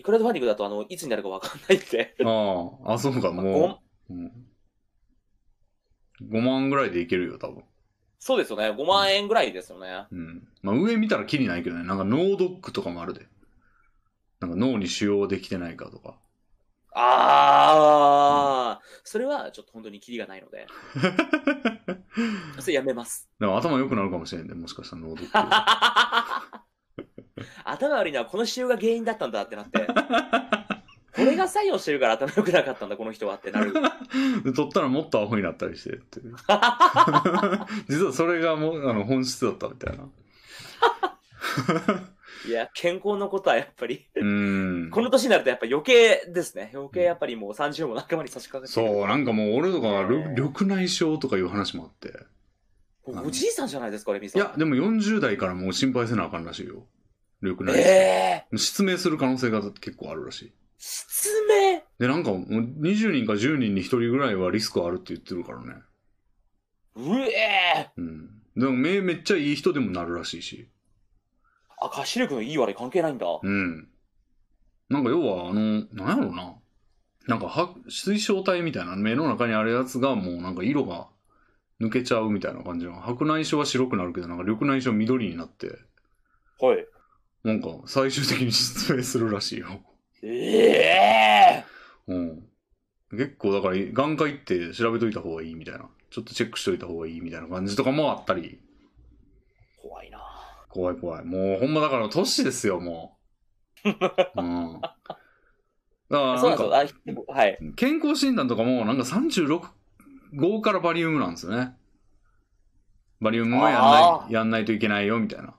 S2: クラウドファンディングだと、あの、いつになるかわかんないって。
S1: あ、あ、そうか、もう。うん、5万ぐらいでいけるよ、多分。
S2: そうですよね。5万円ぐらいですよね。
S1: うん。まあ、上見たらキリないけどね。なんか脳ドックとかもあるで。なんか脳に腫瘍できてないかとか。
S2: ああ、それはちょっと本当にキリがない
S1: (laughs)
S2: ので、それやめます。
S1: でも頭良くなるかもしれんね。もしかしたら脳ドック。
S2: 頭悪いのはこの腫瘍が原因だったんだってなって、これが作用してるから頭良くなかったんだ、この人はってなる。 (laughs)
S1: で取ったらもっとアホになったりしてっていう。実はそれがもうあの本質だったみたいな。
S2: いや、健康のことはやっぱり、
S1: うん。
S2: この年になるとやっぱ余計ですね。余計やっぱりもう30も仲間に差し掛かってくる
S1: そう、なんかもう俺とか緑緑内障とかいう話もあって。
S2: おおじいさんじゃないですか、レミ
S1: い
S2: さん。
S1: や、でも40代からもう心配せなあかんらしいよ。緑内障。
S2: ええ
S1: 失明する可能性が結構あるらしい。
S2: 失明
S1: で、なんかもう20人か10人に1人ぐらいはリスクあるって言ってるからね。
S2: うえ
S1: うん。でも目めっちゃいい人でもなるらしいし。
S2: あ、歌詞力のいい悪い関係ないんだ。
S1: うん。なんか要は、あの、なんやろな。なんかは、水晶体みたいな目の中にあるやつがもうなんか色が抜けちゃうみたいな感じの。白内障は白くなるけど、なんか緑内障緑になって、
S2: はい。
S1: なんか最終的に失明するらしいよ。
S2: ええ
S1: うん。結構だから、眼科行って調べといた方がいいみたいな。ちょっとチェックしといた方がいいみたいな感じとかもあったり。
S2: 怖いな
S1: 怖い怖い。もうほんまだから年ですよ、も
S2: (laughs)
S1: う。うん。だから
S2: そう
S1: な
S2: なんんです
S1: か、
S2: よあひ。はい。
S1: 健康診断とかもなんか36、5からバリウムなんですよね。バリウムはやん
S2: あ
S1: ない、やんないといけないよ、みたいな。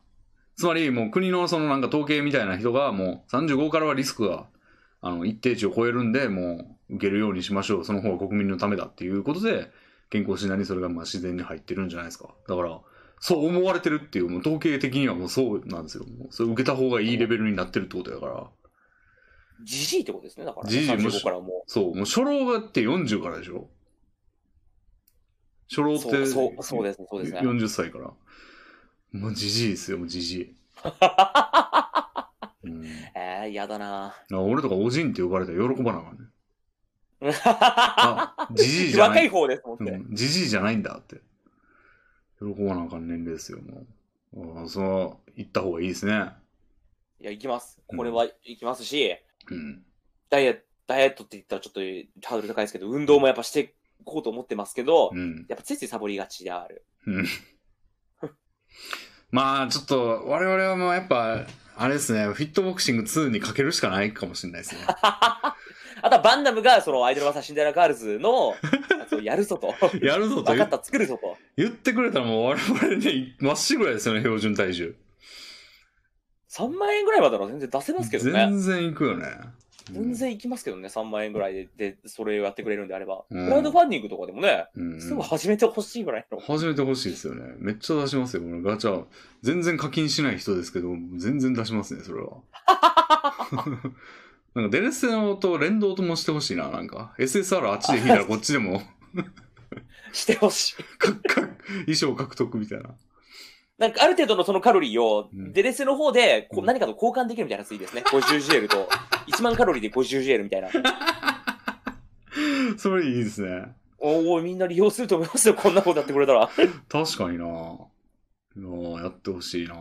S1: つまりもう国のそのなんか統計みたいな人がもう35からはリスクがあの一定値を超えるんで、もう受けるようにしましょう。その方が国民のためだっていうことで、健康診断にそれがまあ自然に入ってるんじゃないですか。だから、そう思われてるっていう、もう統計的にはもうそうなんですよ。もうそれ受けた方がいいレベルになってるってことだから。
S2: じじいってことですね、だから。
S1: じじいむし
S2: 35からも
S1: そう、もう初老がって40からでしょ初老
S2: う。
S1: っ
S2: そう、
S1: て
S2: そう、そうですね、そうですね。
S1: 40歳から。もうじじいですよ、もうじ
S2: (laughs)
S1: じい。うん、だか
S2: ええー、やだな
S1: ら俺とかおじんって呼ばれたら喜ばなあかんね。
S2: ぁ。
S1: あ、じじいじゃな
S2: 若
S1: い
S2: い。方ですもん
S1: う
S2: ね。
S1: んじじいじゃないんだって。喜ばなあかん年齢ですよ、もう。ああ、そう、行った方がいいですね。
S2: いや、行きます。これは行きますし、
S1: うん。
S2: ダイエット、ダイエットって言ったらちょっとハードル高いですけど、運動もやっぱしていこうと思ってますけど、
S1: うん。
S2: やっぱついついサボりがちである。
S1: うんまあちょっと我々はもうやっぱあれですねフィットボクシング2にかけるしかないかもしれないです
S2: (laughs)
S1: ね
S2: あとはバンダムが、そのアイドルマサシンデレラガールズの、やつをやるぞと。
S1: (laughs) やるぞと言
S2: 分か
S1: っ
S2: った、作るぞと。
S1: 言ってくれたらもう我々ねまっしぐらいですよね標準体重
S2: 3万円ぐらいまでなら全然出せますけどね。
S1: 全然いくよね
S2: 全然いきますけどね、3万円ぐらいで、で、それをやってくれるんであれば。
S1: うん
S2: クラウドファンディングとかでもね、
S1: うん
S2: すぐ始めてほしいぐらいの。
S1: 始めてほしいですよね。めっちゃ出しますよ、このガチャ。全然課金しない人ですけど、全然出しますね、それ
S2: (laughs)
S1: は。なんかデレステのと連動ともしてほしいな、なんか。SSR あっちで引いたらこっちで
S2: (laughs)
S1: も
S2: してほしい。
S1: かか衣装獲得みたいな。
S2: なんかある程度のそのカロリーを、
S1: うん
S2: デレスの方でこう
S1: うん
S2: 何かと交換できるみたいなやついいですね。50GL と、1万カ (laughs) ロリーで 50GL みたいな。
S1: それいいですね。
S2: おおみんな利用すると思いますよ、こんなことやってくれたら。
S1: 確かにな。いやーやってほしいな。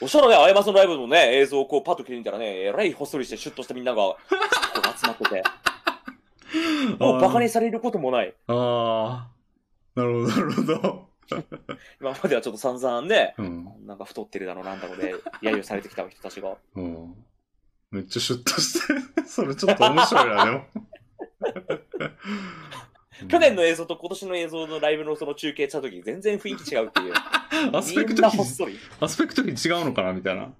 S2: おっしゃらね、あやまさんのライブのね、映像をこうパッと切り抜いたらね、えらいほっそりしてシュッとしたみんなが、こう集まって
S1: (laughs)
S2: て、もうバカにされることもない。
S1: あーあー。なるほど、なるほど。
S2: 今まではちょっと散々ね、
S1: うん。
S2: なんか太ってるだのなんだろうで、揶揄されてきた人たちが。
S1: うん。めっちゃシュッとして、 (laughs) それちょっと面白いな、でも。
S2: (laughs) 去年の映像と今年の映像のライブのその中継した時全然雰囲気違うって
S1: (laughs)
S2: いう。
S1: アスペク
S2: みん
S1: ト
S2: な
S1: 比
S2: ほっ、そり。
S1: アスペクト比違うのかなみたいな。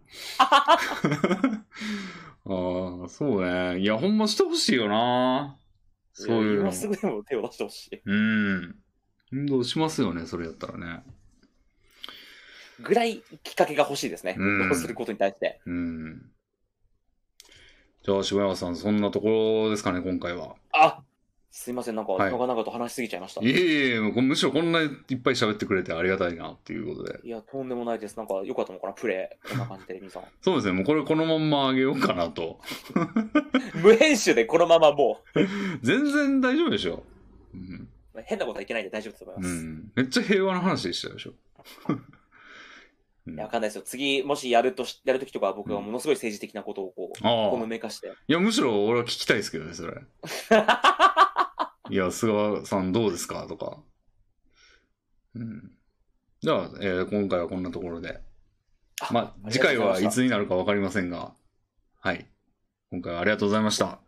S1: (laughs) ああ、そうね。いや、ほんましてほしいよな。そういうの
S2: 今。すぐでも手を出してほしい。
S1: うん。運動しますよね、それやったらね。
S2: ぐらいきっかけが欲しいですね。
S1: うん
S2: 運動することに対して。
S1: うん。じゃあ、柴山さん、そんなところですかね、今回は。
S2: あすいません、なんか、
S1: はい
S2: 長々と話しすぎちゃいました。
S1: いえいえ、もうむしろこんないっぱい喋ってくれてありがたいな、っていうことで。
S2: いや、とんでもないです。なんか、良かったのかな、プレイ。こんな感じで、皆さん。
S1: そうですね、もうこれこのまんまあげようかなと。
S2: (laughs)
S1: (laughs)
S2: 無編集でこのままも
S1: 全然大丈夫でしょ。うん。
S2: う、変なことはいけないんで大丈夫だと思いうます。
S1: ん、めっちゃ平和な話でしたでしょ。う
S2: い
S1: ん
S2: や、わ
S1: あ
S2: かんないですよ。次、もしやるとし、やるときとかは僕はものすごい政治的なことをこう、
S1: あ
S2: ほのめかして。
S1: いやむしろ俺は聞きたいですけどねそれいや菅さんどうですかとか、うん、じゃあ、えー今回はこんなところで
S2: あ
S1: まあ次回はいつになるか分かりませんがはい今回はありがとうございました
S2: あ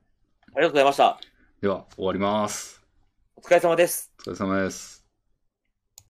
S2: りがとうございました。
S1: では終わります
S2: お疲れ様です。
S1: お疲れ様です